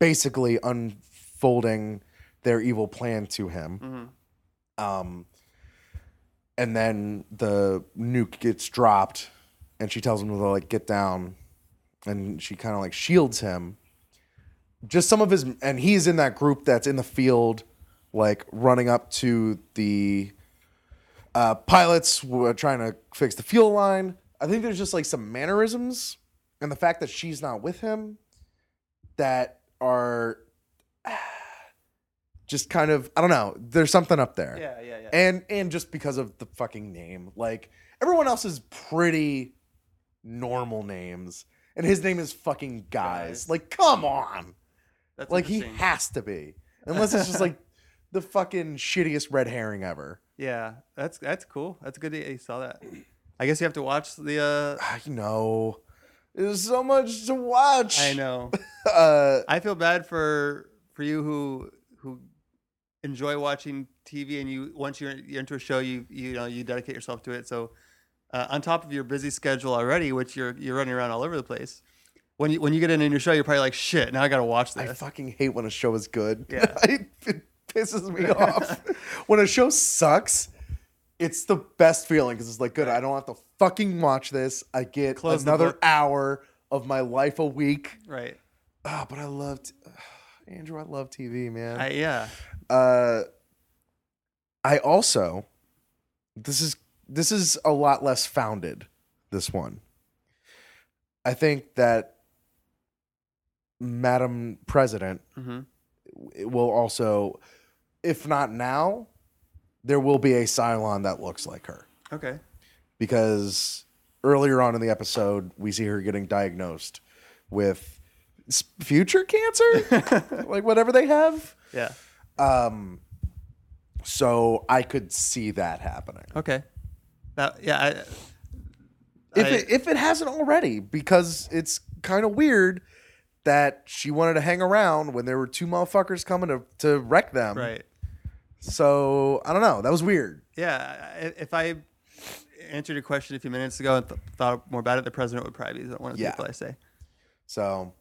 basically unfolding their evil plan to him. Mm-hmm. Um, and then the nuke gets dropped, and she tells him to like get down, and she kind of like shields him. Just some of his, and he's in that group that's in the field, like running up to the uh, pilots were trying to fix the fuel line. I think there's just like some mannerisms and the fact that she's not with him that are just kind of I don't know. There's something up there. Yeah, yeah, yeah. And and just because of the fucking name, like everyone else is pretty normal names, and his name is fucking guys. Guys. Like, come on. That's Like he interesting. has to be, unless it's just like the fucking shittiest red herring ever. Yeah, that's that's cool. That's good that you saw that. I guess you have to watch the uh I know. There's so much to watch. I know. Uh, I feel bad for for you who who enjoy watching TV and you once you're, you're into a show you you know you dedicate yourself to it. So uh, on top of your busy schedule already, which you're you're running around all over the place. When you when you get in a new show, you're probably like, shit, now I gotta watch I this. fucking hate when a show is good. Yeah. it, it pisses me off. when a show sucks, it's the best feeling because it's like, good, I don't have to fucking watch this. I get Close the another book. hour of my life a week. right. Ah, but I loved Andrew. I love TV, man. I, yeah. uh, I also this is this is a lot less founded. This one, I think that Madam President hmm will also, if not now, there will be a Cylon that looks like her Okay. because earlier on in the episode we see her getting diagnosed with s- future cancer, like whatever they have. Yeah. Um, so I could see that happening Okay. That, yeah. I, if I- it, if it hasn't already, because it's kind of weird that she wanted to hang around when there were two motherfuckers coming to to wreck them. right. So I don't know. That was weird. Yeah. I- If I answered your question a few minutes ago and th- thought more about it, the president would probably be the one of the Yeah. people I say. So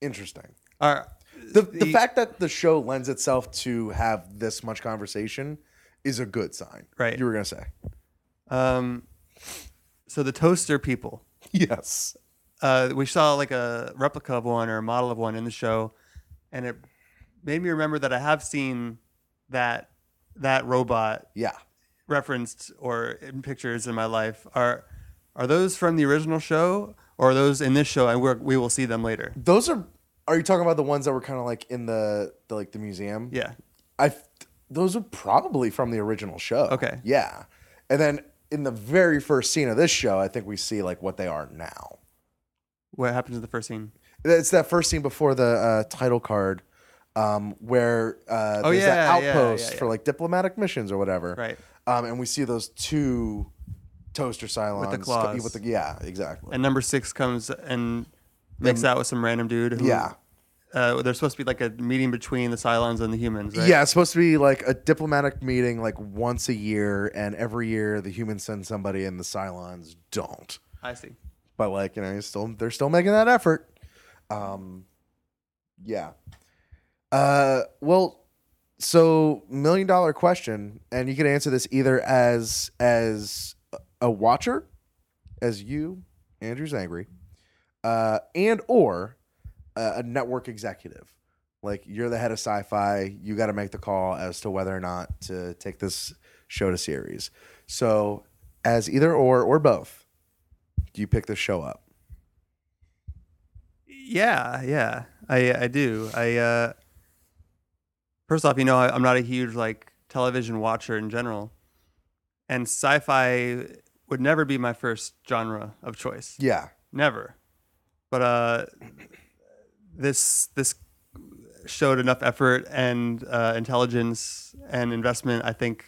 interesting. All right. The, the fact that the show lends itself to have this much conversation is a good sign. Right. You were gonna say Um, so the toaster people. yes. uh, we saw like a replica of one or a model of one in the show, and it made me remember that I have seen that that robot Yeah. referenced or in pictures in my life. Are are those from the original show or are those in this show? And we're, we will see them later. Those are. Are you talking about the ones that were kind of like in the, the like the museum? Yeah. I those are probably from the original show. Okay. Yeah. And then in the very first scene of this show, I think we see like what they are now. What happens in the first scene? It's that first scene before the uh, title card um, where uh, Oh, there's yeah, that yeah, yeah, outpost yeah. for like diplomatic missions or whatever. Right. Um, and we see those two toaster Cylons. claws. With the, yeah, exactly. And number six comes and makes out with some random dude. Who, yeah. Uh, there's supposed to be like a meeting between the Cylons and the humans, right? Yeah, it's supposed to be like a diplomatic meeting like once a year, and every year the humans send somebody and the Cylons don't. I see. but like you know, he's still they're still making that effort. Um, yeah. Uh, well, so million dollar question, and you can answer this either as as a watcher, as you, Andrew's angry, uh, and or uh, a, a network executive. Like you're the head of sci-fi, you got to make the call as to whether or not to take this show to series. So, as either or or both, do you pick this show up? Yeah, yeah, I I do. I uh, first off, you know, I, I'm not a huge like television watcher in general, and sci-fi would never be my first genre of choice. Yeah. Never. But uh, this this showed enough effort and uh, intelligence and investment. I think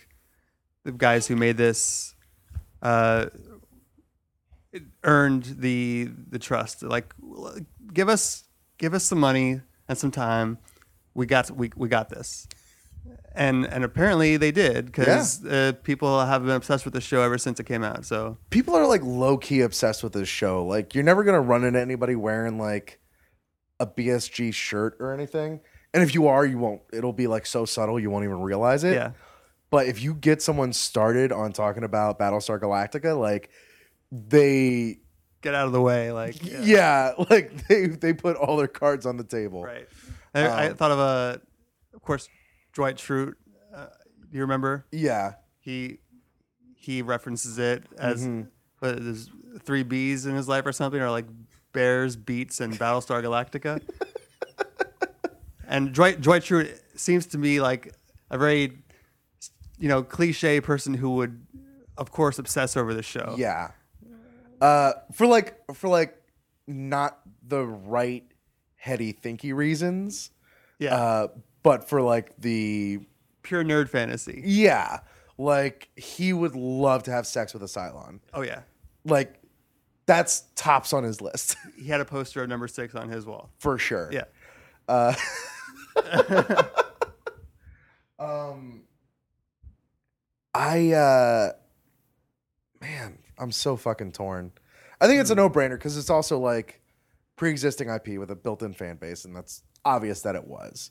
the guys who made this uh, it earned the the trust. Like, l- give us give us some money and some time. We got we we got this. And and apparently they did because uh, people have been obsessed with the show ever since it came out. So People are like low key obsessed with this show. Like, you're never going to run into anybody wearing like a BSG shirt or anything. And if you are, you won't. It'll be like so subtle, you won't even realize it. yeah, But if you get someone started on talking about Battlestar Galactica, like they, get out of the way. Like yeah, like they, they put all their cards on the table. Right. I, I Um, thought of a, of course, Dwight Schrute. Uh, you remember Yeah. he he references it as Mm-hmm. what, there's three B's in his life or something, or like bears, beats, and Battlestar Galactica. and Dwight Dwight Schrute seems to me like a very you know cliche person who would, of course, obsess over the show. Yeah. Uh, for like for like not the right heady thinky reasons. Yeah. Uh, but for like the Pure nerd fantasy. yeah, like he would love to have sex with a Cylon. Oh yeah. Like that's tops on his list He had a poster of number six on his wall. for sure. Yeah. I uh man, I'm so fucking torn. I think it's a no-brainer because it's also like pre-existing IP with a built-in fan base, and that's obvious that it was.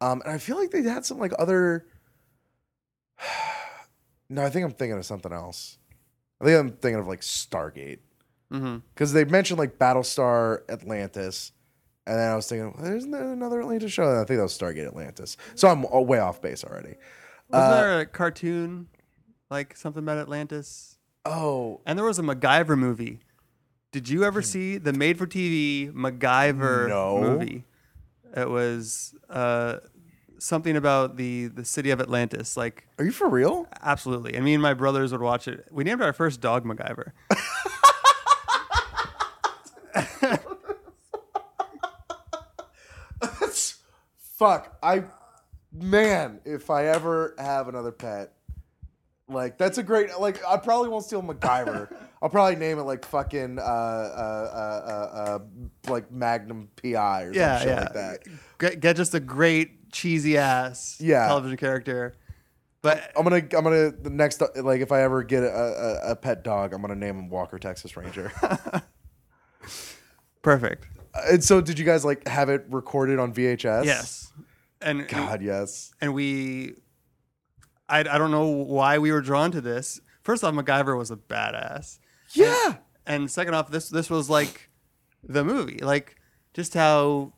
Um, and I feel like they had some like other. no, I think I'm thinking of something else. I think I'm thinking of like Stargate Mm-hmm. because they mentioned like Battlestar Atlantis, and then I was thinking, well, isn't there another Atlantis show? And I think that was Stargate Atlantis. So I'm uh, way off base already. Wasn't Uh, there a cartoon, like something about Atlantis? Oh, And there was a MacGyver movie. Did you ever see the made-for-TV MacGyver Hmm. No. movie? It was uh, something about the the city of Atlantis, like are you for real? absolutely. And me and my brothers would watch it. We named our first dog MacGyver. That's fuck. I man, if I ever have another pet, like that's a great like I probably won't steal MacGyver. I'll probably name it like fucking uh uh uh uh, uh like Magnum PI or Yeah, some shit yeah. like that. Get, get just a great cheesy ass Yeah. Oh, television character. But I'm gonna I'm gonna the next like if I ever get a, a, a pet dog, I'm gonna name him Walker Texas Ranger. perfect. and so did you guys like have it recorded on VHS? Yes. And God, yes. and we I, I don't know why we were drawn to this. First off, MacGyver was a badass. Yeah. And second off, this this was like the movie. Like just how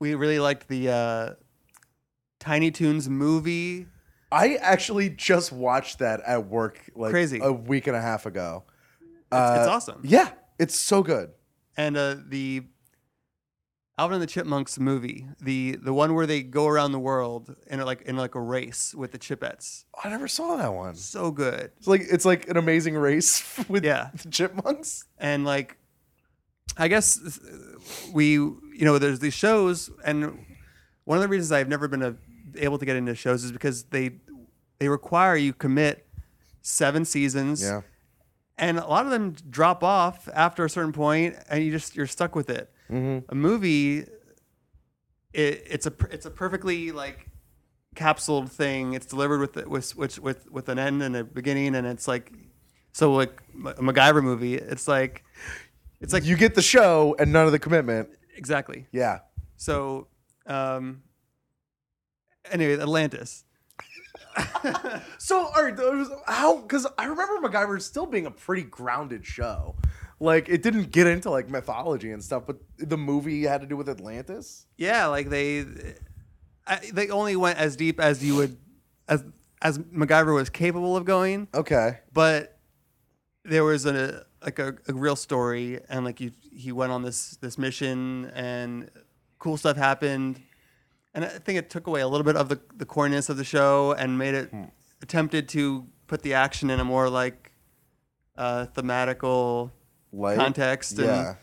we really liked the uh Tiny Toons movie. I actually just watched that at work like Crazy. a week and a half ago. It's, it's Uh, awesome. Yeah, it's so good. And uh the Alvin and the Chipmunks movie, the the one where they go around the world in a, like in like a race with the Chipettes. I never saw that one. So good. It's like it's like an amazing race with Yeah. the chipmunks. and like i guess uh, we you know there's these shows and one of the reasons i've never been a, able to get into shows is because they they require you commit seven seasons and a lot of them drop off after a certain point and you just you're stuck with it a movie it, it's a per- it's a perfectly like capsuled thing it's delivered with the, with with with with an end and a beginning and it's like so like Ma- a MacGyver movie it's like it's like you get the show and none of the commitment. exactly Yeah. so um anyway Atlantis So all right, there was, how? Because I remember MacGyver still being a pretty grounded show. Like it didn't get into like mythology and stuff, but the movie had to do with Atlantis. yeah like they I, they only went as deep as you would as as MacGyver was capable of going Okay. but there was a like a, a real story and like you he went on this this mission and cool stuff happened and i think it took away a little bit of the the corniness of the show and made it attempted to put the action in a more like uh thematical Like Context and- yeah.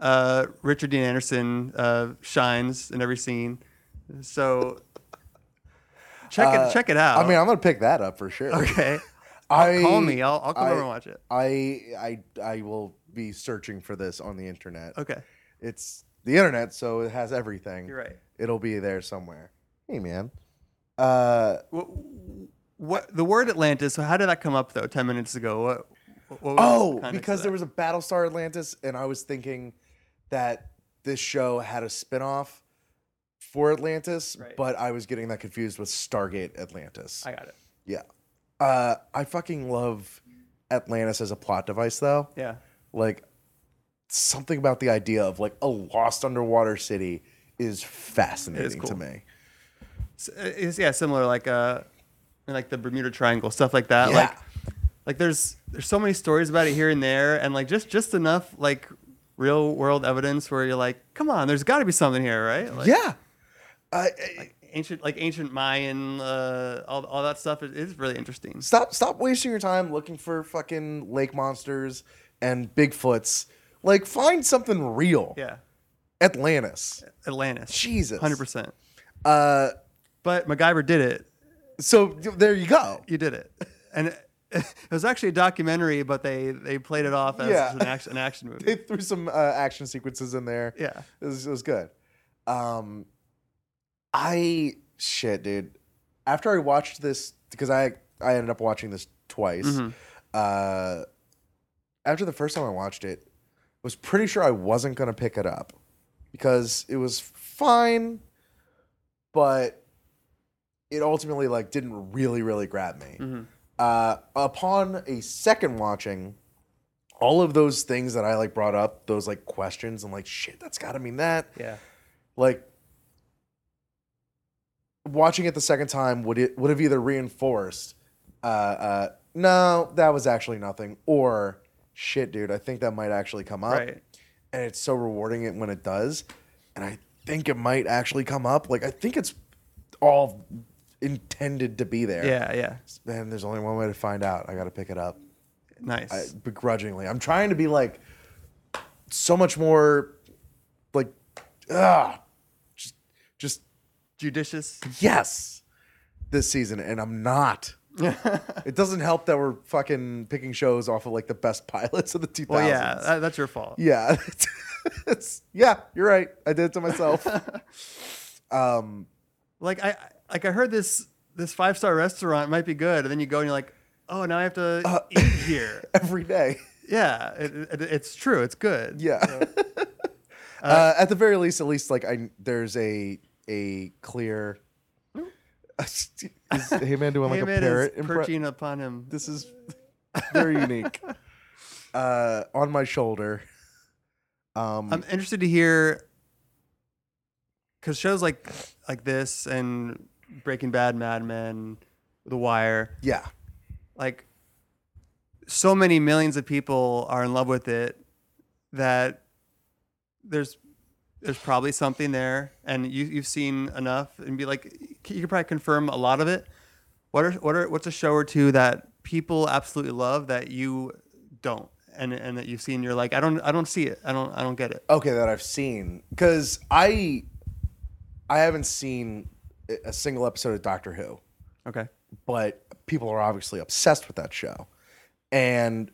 uh richard dean anderson uh shines in every scene so check Uh, it check it out I mean, I'm gonna pick that up for sure. okay I call me i'll, I'll come I- over and watch it I I I will be searching for this on the internet. okay It's the internet, so it has everything. you're right It'll be there somewhere. Hey man. Uh What, what the word Atlantis? How did that come up though? Ten minutes ago. What? what was the oh, context because of there that? was a Battlestar Atlantis and I was thinking that this show had a spin-off for Atlantis, Right. but I was getting that confused with Stargate Atlantis. I got it. yeah. Uh I fucking love Atlantis as a plot device though. Yeah. like something about the idea of like a lost underwater city is fascinating It is cool. to me. S- It's, uh, yeah, similar like uh, in, like the Bermuda Triangle stuff like that. Yeah. Like, like there's there's so many stories about it here and there, and like just just enough like real world evidence where you're like, come on, there's got to be something here, right? Like, yeah. I, I, Ancient like ancient Mayan, uh, all all that stuff is, is really interesting. stop stop wasting your time looking for fucking lake monsters and bigfoots. Like find something real. Yeah. Atlantis. Atlantis. Jesus. Hundred percent. Uh But MacGyver did it. so there you go. you did it. And it, it was actually a documentary, but they they played it off as Yeah. an, action, an action They movie. threw some uh, action sequences in there. Yeah. It was, it was good. Um, I shit, dude. After I watched this, because I I ended up watching this twice. Uh, after the first time I watched it, was pretty sure I wasn't gonna pick it up because it was fine, but it ultimately like didn't really really grab me. Uh, upon a second watching, all of those things that I like brought up, those like questions, I'm like, shit, that's gotta mean that Yeah. like watching it the second time would it would have either reinforced uh uh no that was actually nothing or shit dude i think that might actually come up Right. and it's so rewarding it when it does and i think it might actually come up like i think it's all intended to be there Yeah. Yeah. man there's only one way to find out i gotta pick it up Nice. I- begrudgingly. I'm trying to be like so much more like ah just just Judicious. yes this season and I'm not. it doesn't help that we're fucking picking shows off of like the best pilots of the 2000s. Well, yeah. That, that's your fault. Yeah. it's, yeah, you're right. I did it to myself. um Like I like I heard this this five star restaurant might be good, and then you go and you're like, oh, now I have to eat here. every day. yeah. It, it, it's true. It's good. Yeah. uh, at the very least, at least like I there's a a clear. Is hey man doing like Heyman a parrot is impre- perching upon him. This is very unique. Uh, on my shoulder. Um, I'm interested to hear because shows like like this and Breaking Bad, Mad Men, The Wire, yeah, like so many millions of people are in love with it that there's there's probably something there, and you you've seen enough and be like you could probably confirm a lot of it. What are what are what's a show or two that people absolutely love that you don't and and that you've seen you're like I don't I don't see it I don't I don't get it. okay, that I've seen because I I haven't seen a- a single episode of Doctor Who. Okay. but people are obviously obsessed with that show. And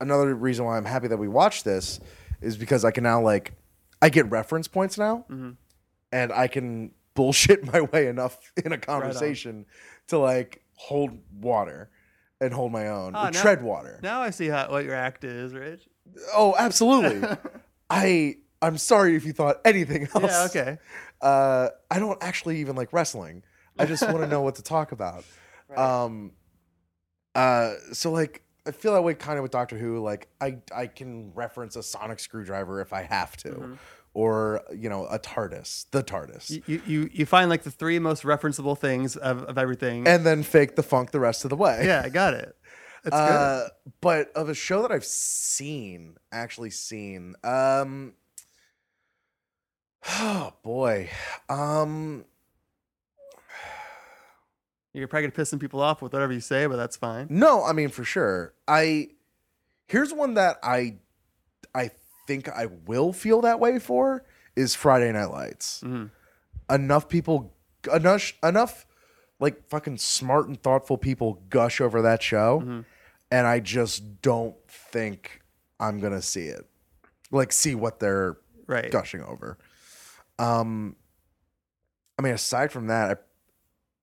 another reason why I'm happy that we watched this is because I can now like I get reference points now, Mm-hmm. and I can bullshit my way enough in a conversation to like hold water and hold my own, Oh, or now- tread water. Now I see how what your act is, Rich. Oh, absolutely. I I'm sorry if you thought anything else Yeah, okay. uh, I don't actually even like wrestling. I just want to know what to talk about. Um, uh, so like, I feel that way kind of with Doctor Who. Like, I I can reference a sonic screwdriver if I have to, Mm-hmm. or you know, a TARDIS, the TARDIS, You, you- you you find like the three most referenceable things of, of everything. and then fake the funk the rest of the way. yeah, I got it. That's good. Uh, but of a show that I've seen, actually seen, um, oh boy, um, You're probably gonna piss some people off with whatever you say, but that's fine. No, I mean for sure. I here's one that I I think I will feel that way for is Friday Night Lights. Mm-hmm. Enough people enough enough like fucking smart and thoughtful people gush over that show and I just don't think I'm going to see it. Like see what they're Right. gushing over. Um, I mean, aside from that, I,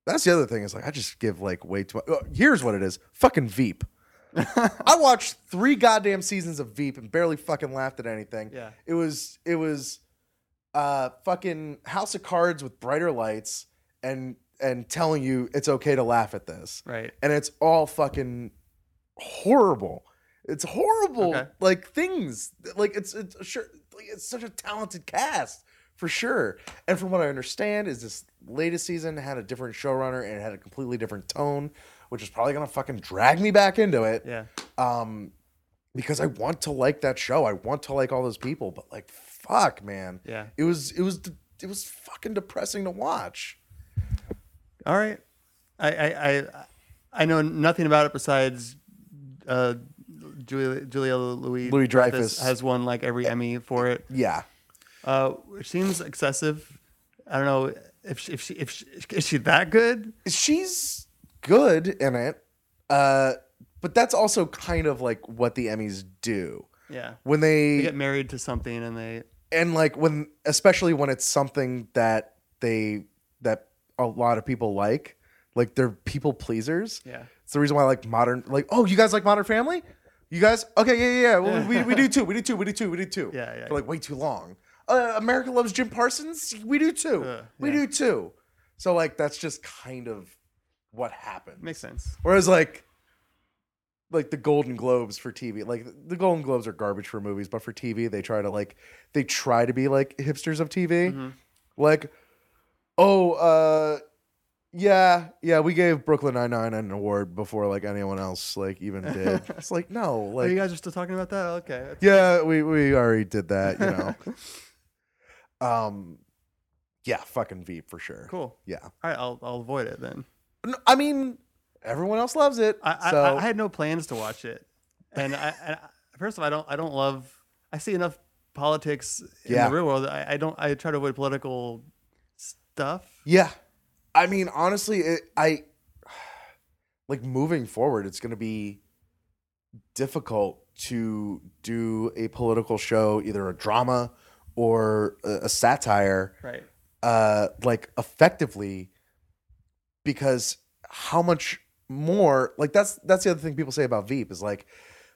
that's the other thing is like I just give like way too much. Here's what it is: fucking Veep. I watched three goddamn seasons of Veep and barely fucking laughed at anything. Yeah. it was it was, uh, fucking House of Cards with brighter lights and and telling you it's okay to laugh at this Right. and it's all fucking horrible. It's horrible, Okay. like things. Like it's it's sure, like, it's such a talented cast for sure. And from what I understand, is this latest season had a different showrunner and it had a completely different tone, which is probably gonna fucking drag me back into it Yeah. um because I want to like that show. I want to like all those people, but like fuck, man. Yeah. It was it was de- it was fucking depressing to watch. All right. I I I, I know nothing about it besides uh, Julia Julia Louis Louis Dreyfus. has won like every Emmy for it. Yeah. Uh, it seems excessive. I don't know if she, if she if she, is she that good. she's good in it, uh, but that's also kind of like what the Emmys do Yeah. when They they, get married to something and they and like when especially when it's something that they that a lot of people like, like they're people pleasers. yeah. It's the reason why I like modern, like oh, you guys like Modern Family? You guys? Okay, yeah, yeah, yeah. Well, we, we do too. We do too. We do too. We do too. Yeah, yeah, They're like way too long. Uh, America loves Jim Parsons. We do too. Uh, We yeah. do too. So like that's just kind of what happened. Makes sense. Whereas like like the Golden Globes for TV, like the Golden Globes are garbage for movies, but for TV they try to like they try to be like hipsters of TV. Mm-hmm. Like oh uh yeah, yeah, we gave Brooklyn Nine Nine an award before like anyone else like even did. it's like no, oh, like you guys are still talking about that? Okay. that's- yeah, we we already did that, you know. um yeah, fucking Veep for sure. Cool. Yeah. All right, I'll I'll avoid it then. N- I mean, everyone else loves it. I, so I, I had no plans to watch it, and I, and I first of all, I don't I don't love. I see enough politics in Yeah. the real world. I, I don't. I try to avoid political stuff. Yeah. I mean, honestly, it, I like moving forward, it's going to be difficult to do a political show, either a drama or a, a satire, Right. uh, like effectively, because how much more like that's that's the other thing people say about Veep is like,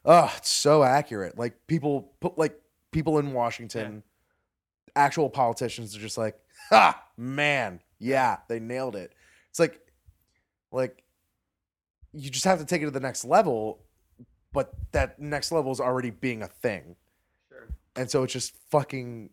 oh, it's so accurate. Like people put like people in Washington, actual politicians are just like, ha, man, yeah, they nailed it. It's like, like you just have to take it to the next level, but that next level is already being a thing, Sure. and so it's just fucking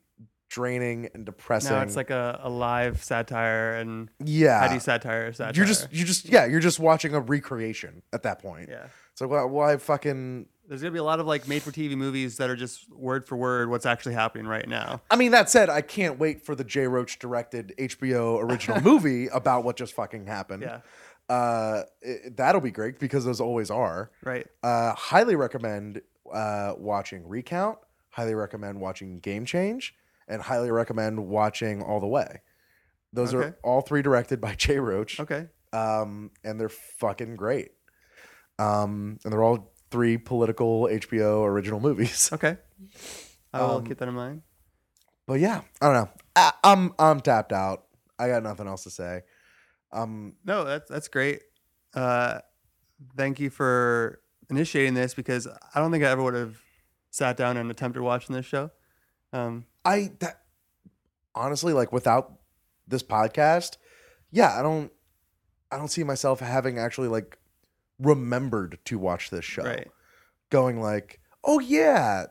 draining and depressing. Now it's like a, a live satire, and yeah, how do you satire? Satire. you're just you just yeah you're just watching a recreation at that point yeah. it's like why, why fucking There's gonna be a lot of like made for TV movies that are just word for word what's actually happening right now. i mean that said i can't wait for the jay roach directed hbo original movie about what just fucking happened Yeah. uh it- that'll be great because those always are Right. uh highly recommend uh watching recount highly recommend watching game change and highly recommend watching all the way those Okay. are all three directed by jay roach Okay. um, and they're fucking great. Um, and they're all three political HBO original movies. Okay. I will Um, keep that in mind. But yeah, I don't know. I, I'm I'm tapped out. I got nothing else to say. Um, No, that's that's great. Uh, thank you for initiating this because I don't think I ever would have sat down and attempted watching this show. Um, I that honestly, like without this podcast, yeah, I don't I don't see myself having actually like remembered to watch this show. right? Going like, oh yeah,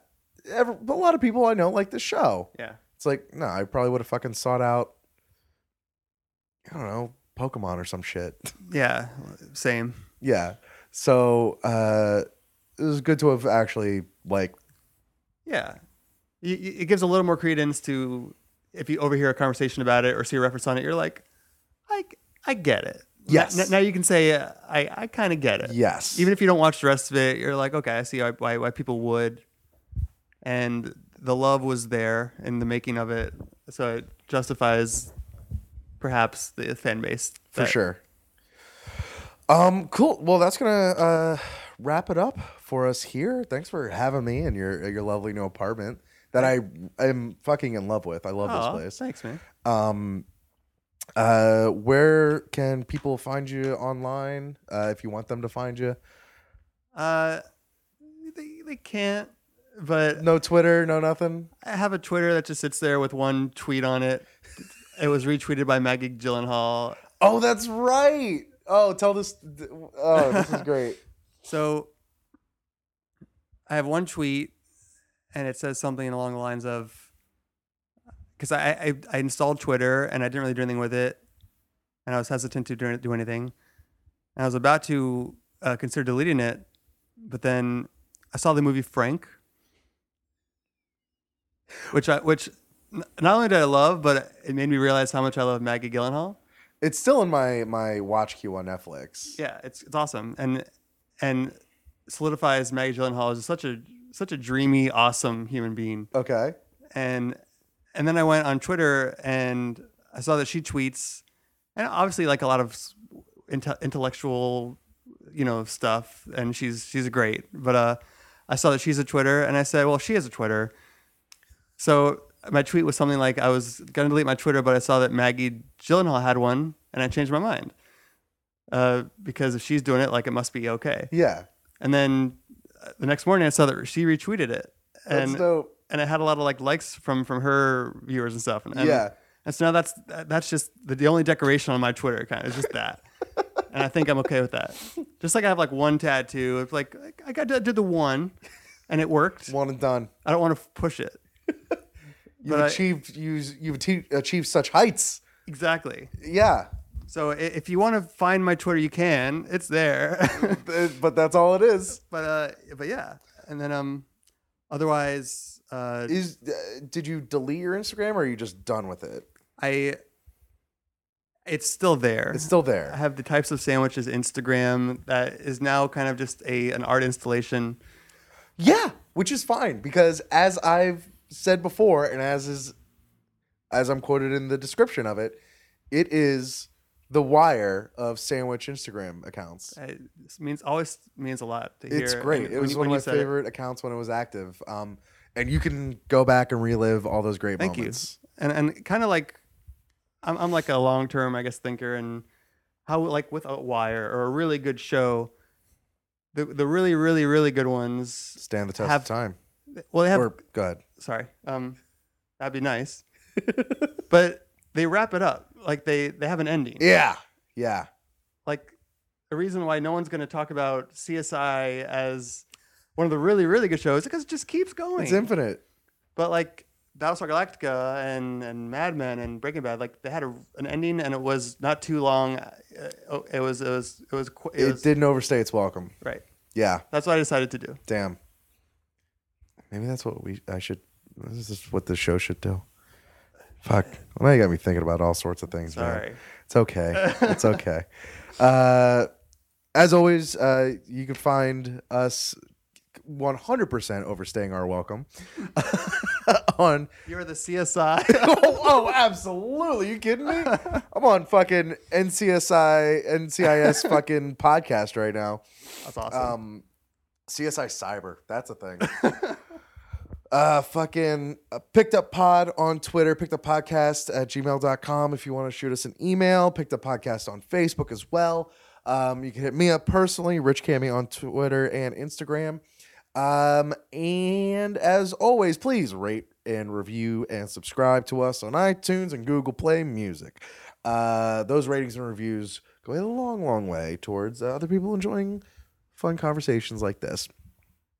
every, a lot of people I know like this show. Yeah. It's like, no, I probably would have fucking sought out, I don't know, Pokemon or some shit. Yeah. Same. yeah. So uh, it was good to have actually, like, Yeah. Y- y- It gives a little more credence to if you overhear a conversation about it or see a reference on it, you're like, I I get it. N- Yes. n- now you can say uh, I I kind of get it. yes. even if you don't watch the rest of it, you're like, okay, I see why, why, why people would. And the love was there in the making of it, so it justifies perhaps the fan base. for that- sure. Um, cool. Well, that's gonna uh, wrap it up for us here. Thanks for having me in your your lovely new apartment that I am fucking in love with. I love Aw, this place. thanks, man. Um, Uh, where can people find you online uh, if you want them to find you? Uh, they, they can't, but No Twitter, no nothing. I have a Twitter that just sits there with one tweet on it. It was retweeted by Maggie Gyllenhaal. Oh, that's right. Oh, tell this. th- Oh, this is great. So I have one tweet and it says something along the lines of because I, I I installed Twitter and I didn't really do anything with it and I was hesitant to do, do anything. And I was about to uh, consider deleting it, but then I saw the movie Frank, which I which n- not only did I love, but it made me realize how much I love Maggie Gyllenhaal. It's still in my my watch queue on Netflix. Yeah, it's it's awesome, and and solidifies Maggie Gyllenhaal as such a such a dreamy, awesome human being. Okay. And and then I went on Twitter and I saw that she tweets, and obviously like a lot of s- inte- intellectual, you know, stuff. And she's she's great, but uh, I saw that she's a Twitter, and I said, well, she has a Twitter, so. My tweet was something like I was gonna delete my Twitter, but I saw that Maggie Gyllenhaal had one, and I changed my mind. Uh, because if she's doing it, like it must be okay. Yeah. And then uh, the next morning I saw that she retweeted it, That's and dope. and it had a lot of like likes from from her viewers and stuff. And, and- Yeah. And so now that's that- that's just the, the only decoration on my Twitter kind of is just that. and I think I'm okay with that. Just like I have like one tattoo. It's like I- I got to do the one, and it worked. One and done. I don't want to push it. You've But I- achieved you you've ate- achieved such heights. Exactly. Yeah. So i- if you want to find my Twitter, you can. It's there. Th- But that's all it is. but uh, but yeah. And then um, otherwise, uh, Is uh, did you delete your Instagram or are you just done with it? I it's still there. It's still I there. have the types of sandwiches Instagram that is now kind of just a an art installation. Yeah, which is fine because as I've said before and as is as I'm quoted in the description of it, it is the wire of sandwich Instagram accounts. I, Uh, this means always means a lot to hear. It's great. and it when was you- one of when my you said it, favorite accounts when it was active. Um, and you can go back and relive all those great Thank you. moments. And and kind of like, I'm I'm like a long term I guess thinker and how like with a wire or a really good show, the the really really really good ones. Stand the test Have- of time. Well, they have Or go ahead. sorry. Um, that'd be nice. but they wrap it up like they they have an ending. Yeah. Yeah. like the reason why no one's going to talk about CSI as one of the really really good shows is because it just keeps going. It's infinite. but like Battlestar Galactica and and Mad Men and Breaking Bad, like they had a, an ending and it was not too long. Uh, oh, It was it was it was qu- it, It was didn't overstay its welcome. right. Yeah. That's what I decided to do. Damn. Maybe that's what we I should this is what the show should do. Fuck. Well, now you got me thinking about all sorts of things, man. Sorry. It's okay. It's okay. uh, as always, uh, you can find us 100% overstaying our welcome on. You're the CSI. Oh, oh, absolutely. You kidding me? I'm on fucking NCSI, NCIS fucking podcast right now. That's awesome. Um, CSI Cyber. That's a thing. uh, fucking uh, picked up pod on Twitter, picked up podcast at gmail.com if you want to shoot us an email, picked up podcast on Facebook as well. Um, you can hit me up personally, Rich Cammy on Twitter and Instagram. Um, and as always, please rate and review and subscribe to us on iTunes and Google Play Music. Uh, those ratings and reviews go a long, long way towards uh, other people enjoying fun conversations like this.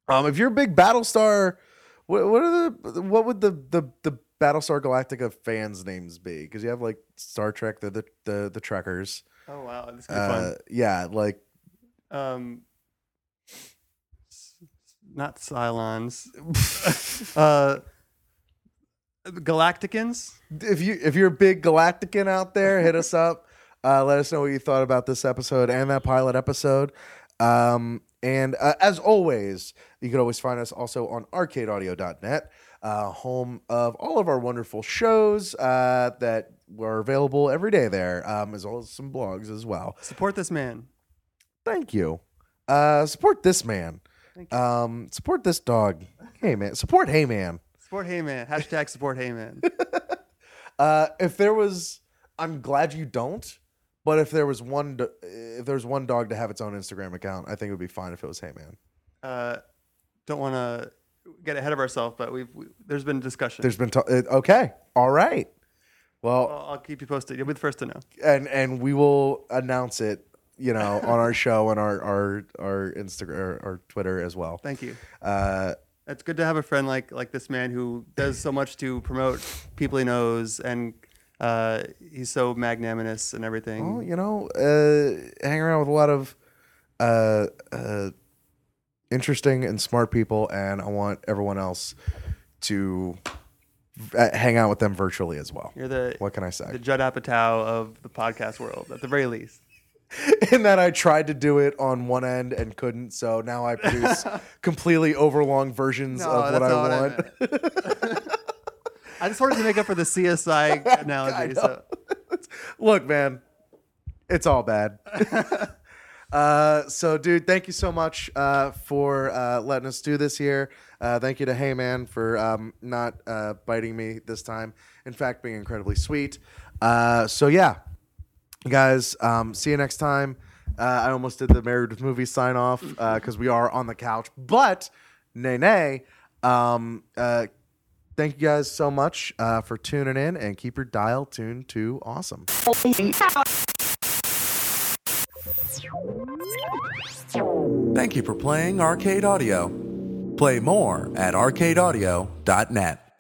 Um, if you're a big Battlestar, what, what are the what would the the the Battlestar Galactica fans' names be? Because you have like Star Trek, the the the, the Trekkers. oh wow, this is Uh, gonna be yeah, like uh, fun. Um, s- not Cylons. uh, Galacticans. if you if you're a big Galactican out there, hit us up. Uh, let us know what you thought about this episode and that pilot episode. Um, and uh, as always, you can always find us also on arcadeaudio.net, uh, home of all of our wonderful shows uh, that are available every day there, um, as well as some blogs as well. Support this man. Thank you. Uh, support this man. Thank Um, support this dog. Hey man, support Hey Man. Support Heyman. Hashtag support Heyman. Uh, if there was, I'm glad you don't. But if there was one, do- if there was one dog to have its own Instagram account, I think it would be fine if it was Hey Man. Uh, don't want to get ahead of ourselves, but we've we, there's been discussion. There's been ta- uh, okay, all right. Well, I'll, I'll keep you posted. You'll be the first to know. and and we will announce it, you know, on our show and our our our Instagram our, our Twitter as well. Thank you. Uh, It's good to have a friend like like this man who does so much to promote people he knows, and uh, he's so magnanimous and everything. well, you know, uh, hang around with a lot of uh, uh, interesting and smart people, and I want everyone else to v- uh, hang out with them virtually as well. You're the What can I say? the Judd Apatow of the podcast world, at the very least. In that I tried to do it on one end and couldn't, so now I produce completely overlong versions of what that's I not want. meant. I just wanted to make up for the CSI analogy. So Look, man, it's all bad. uh, so, dude, thank you so much uh, for uh, letting us do this here. Uh, thank you to Hey Man for um, not uh, biting me this time. In fact, being incredibly sweet. Uh, so, yeah, guys, um, see you next time. Uh, I almost did the Married with Movies sign off because we are on the couch. But, nay, nay, um, uh, thank you guys so much uh, for tuning in and keep your dial tuned to awesome. Thank you for playing Arcade Audio. Play more at arcadeaudio.net.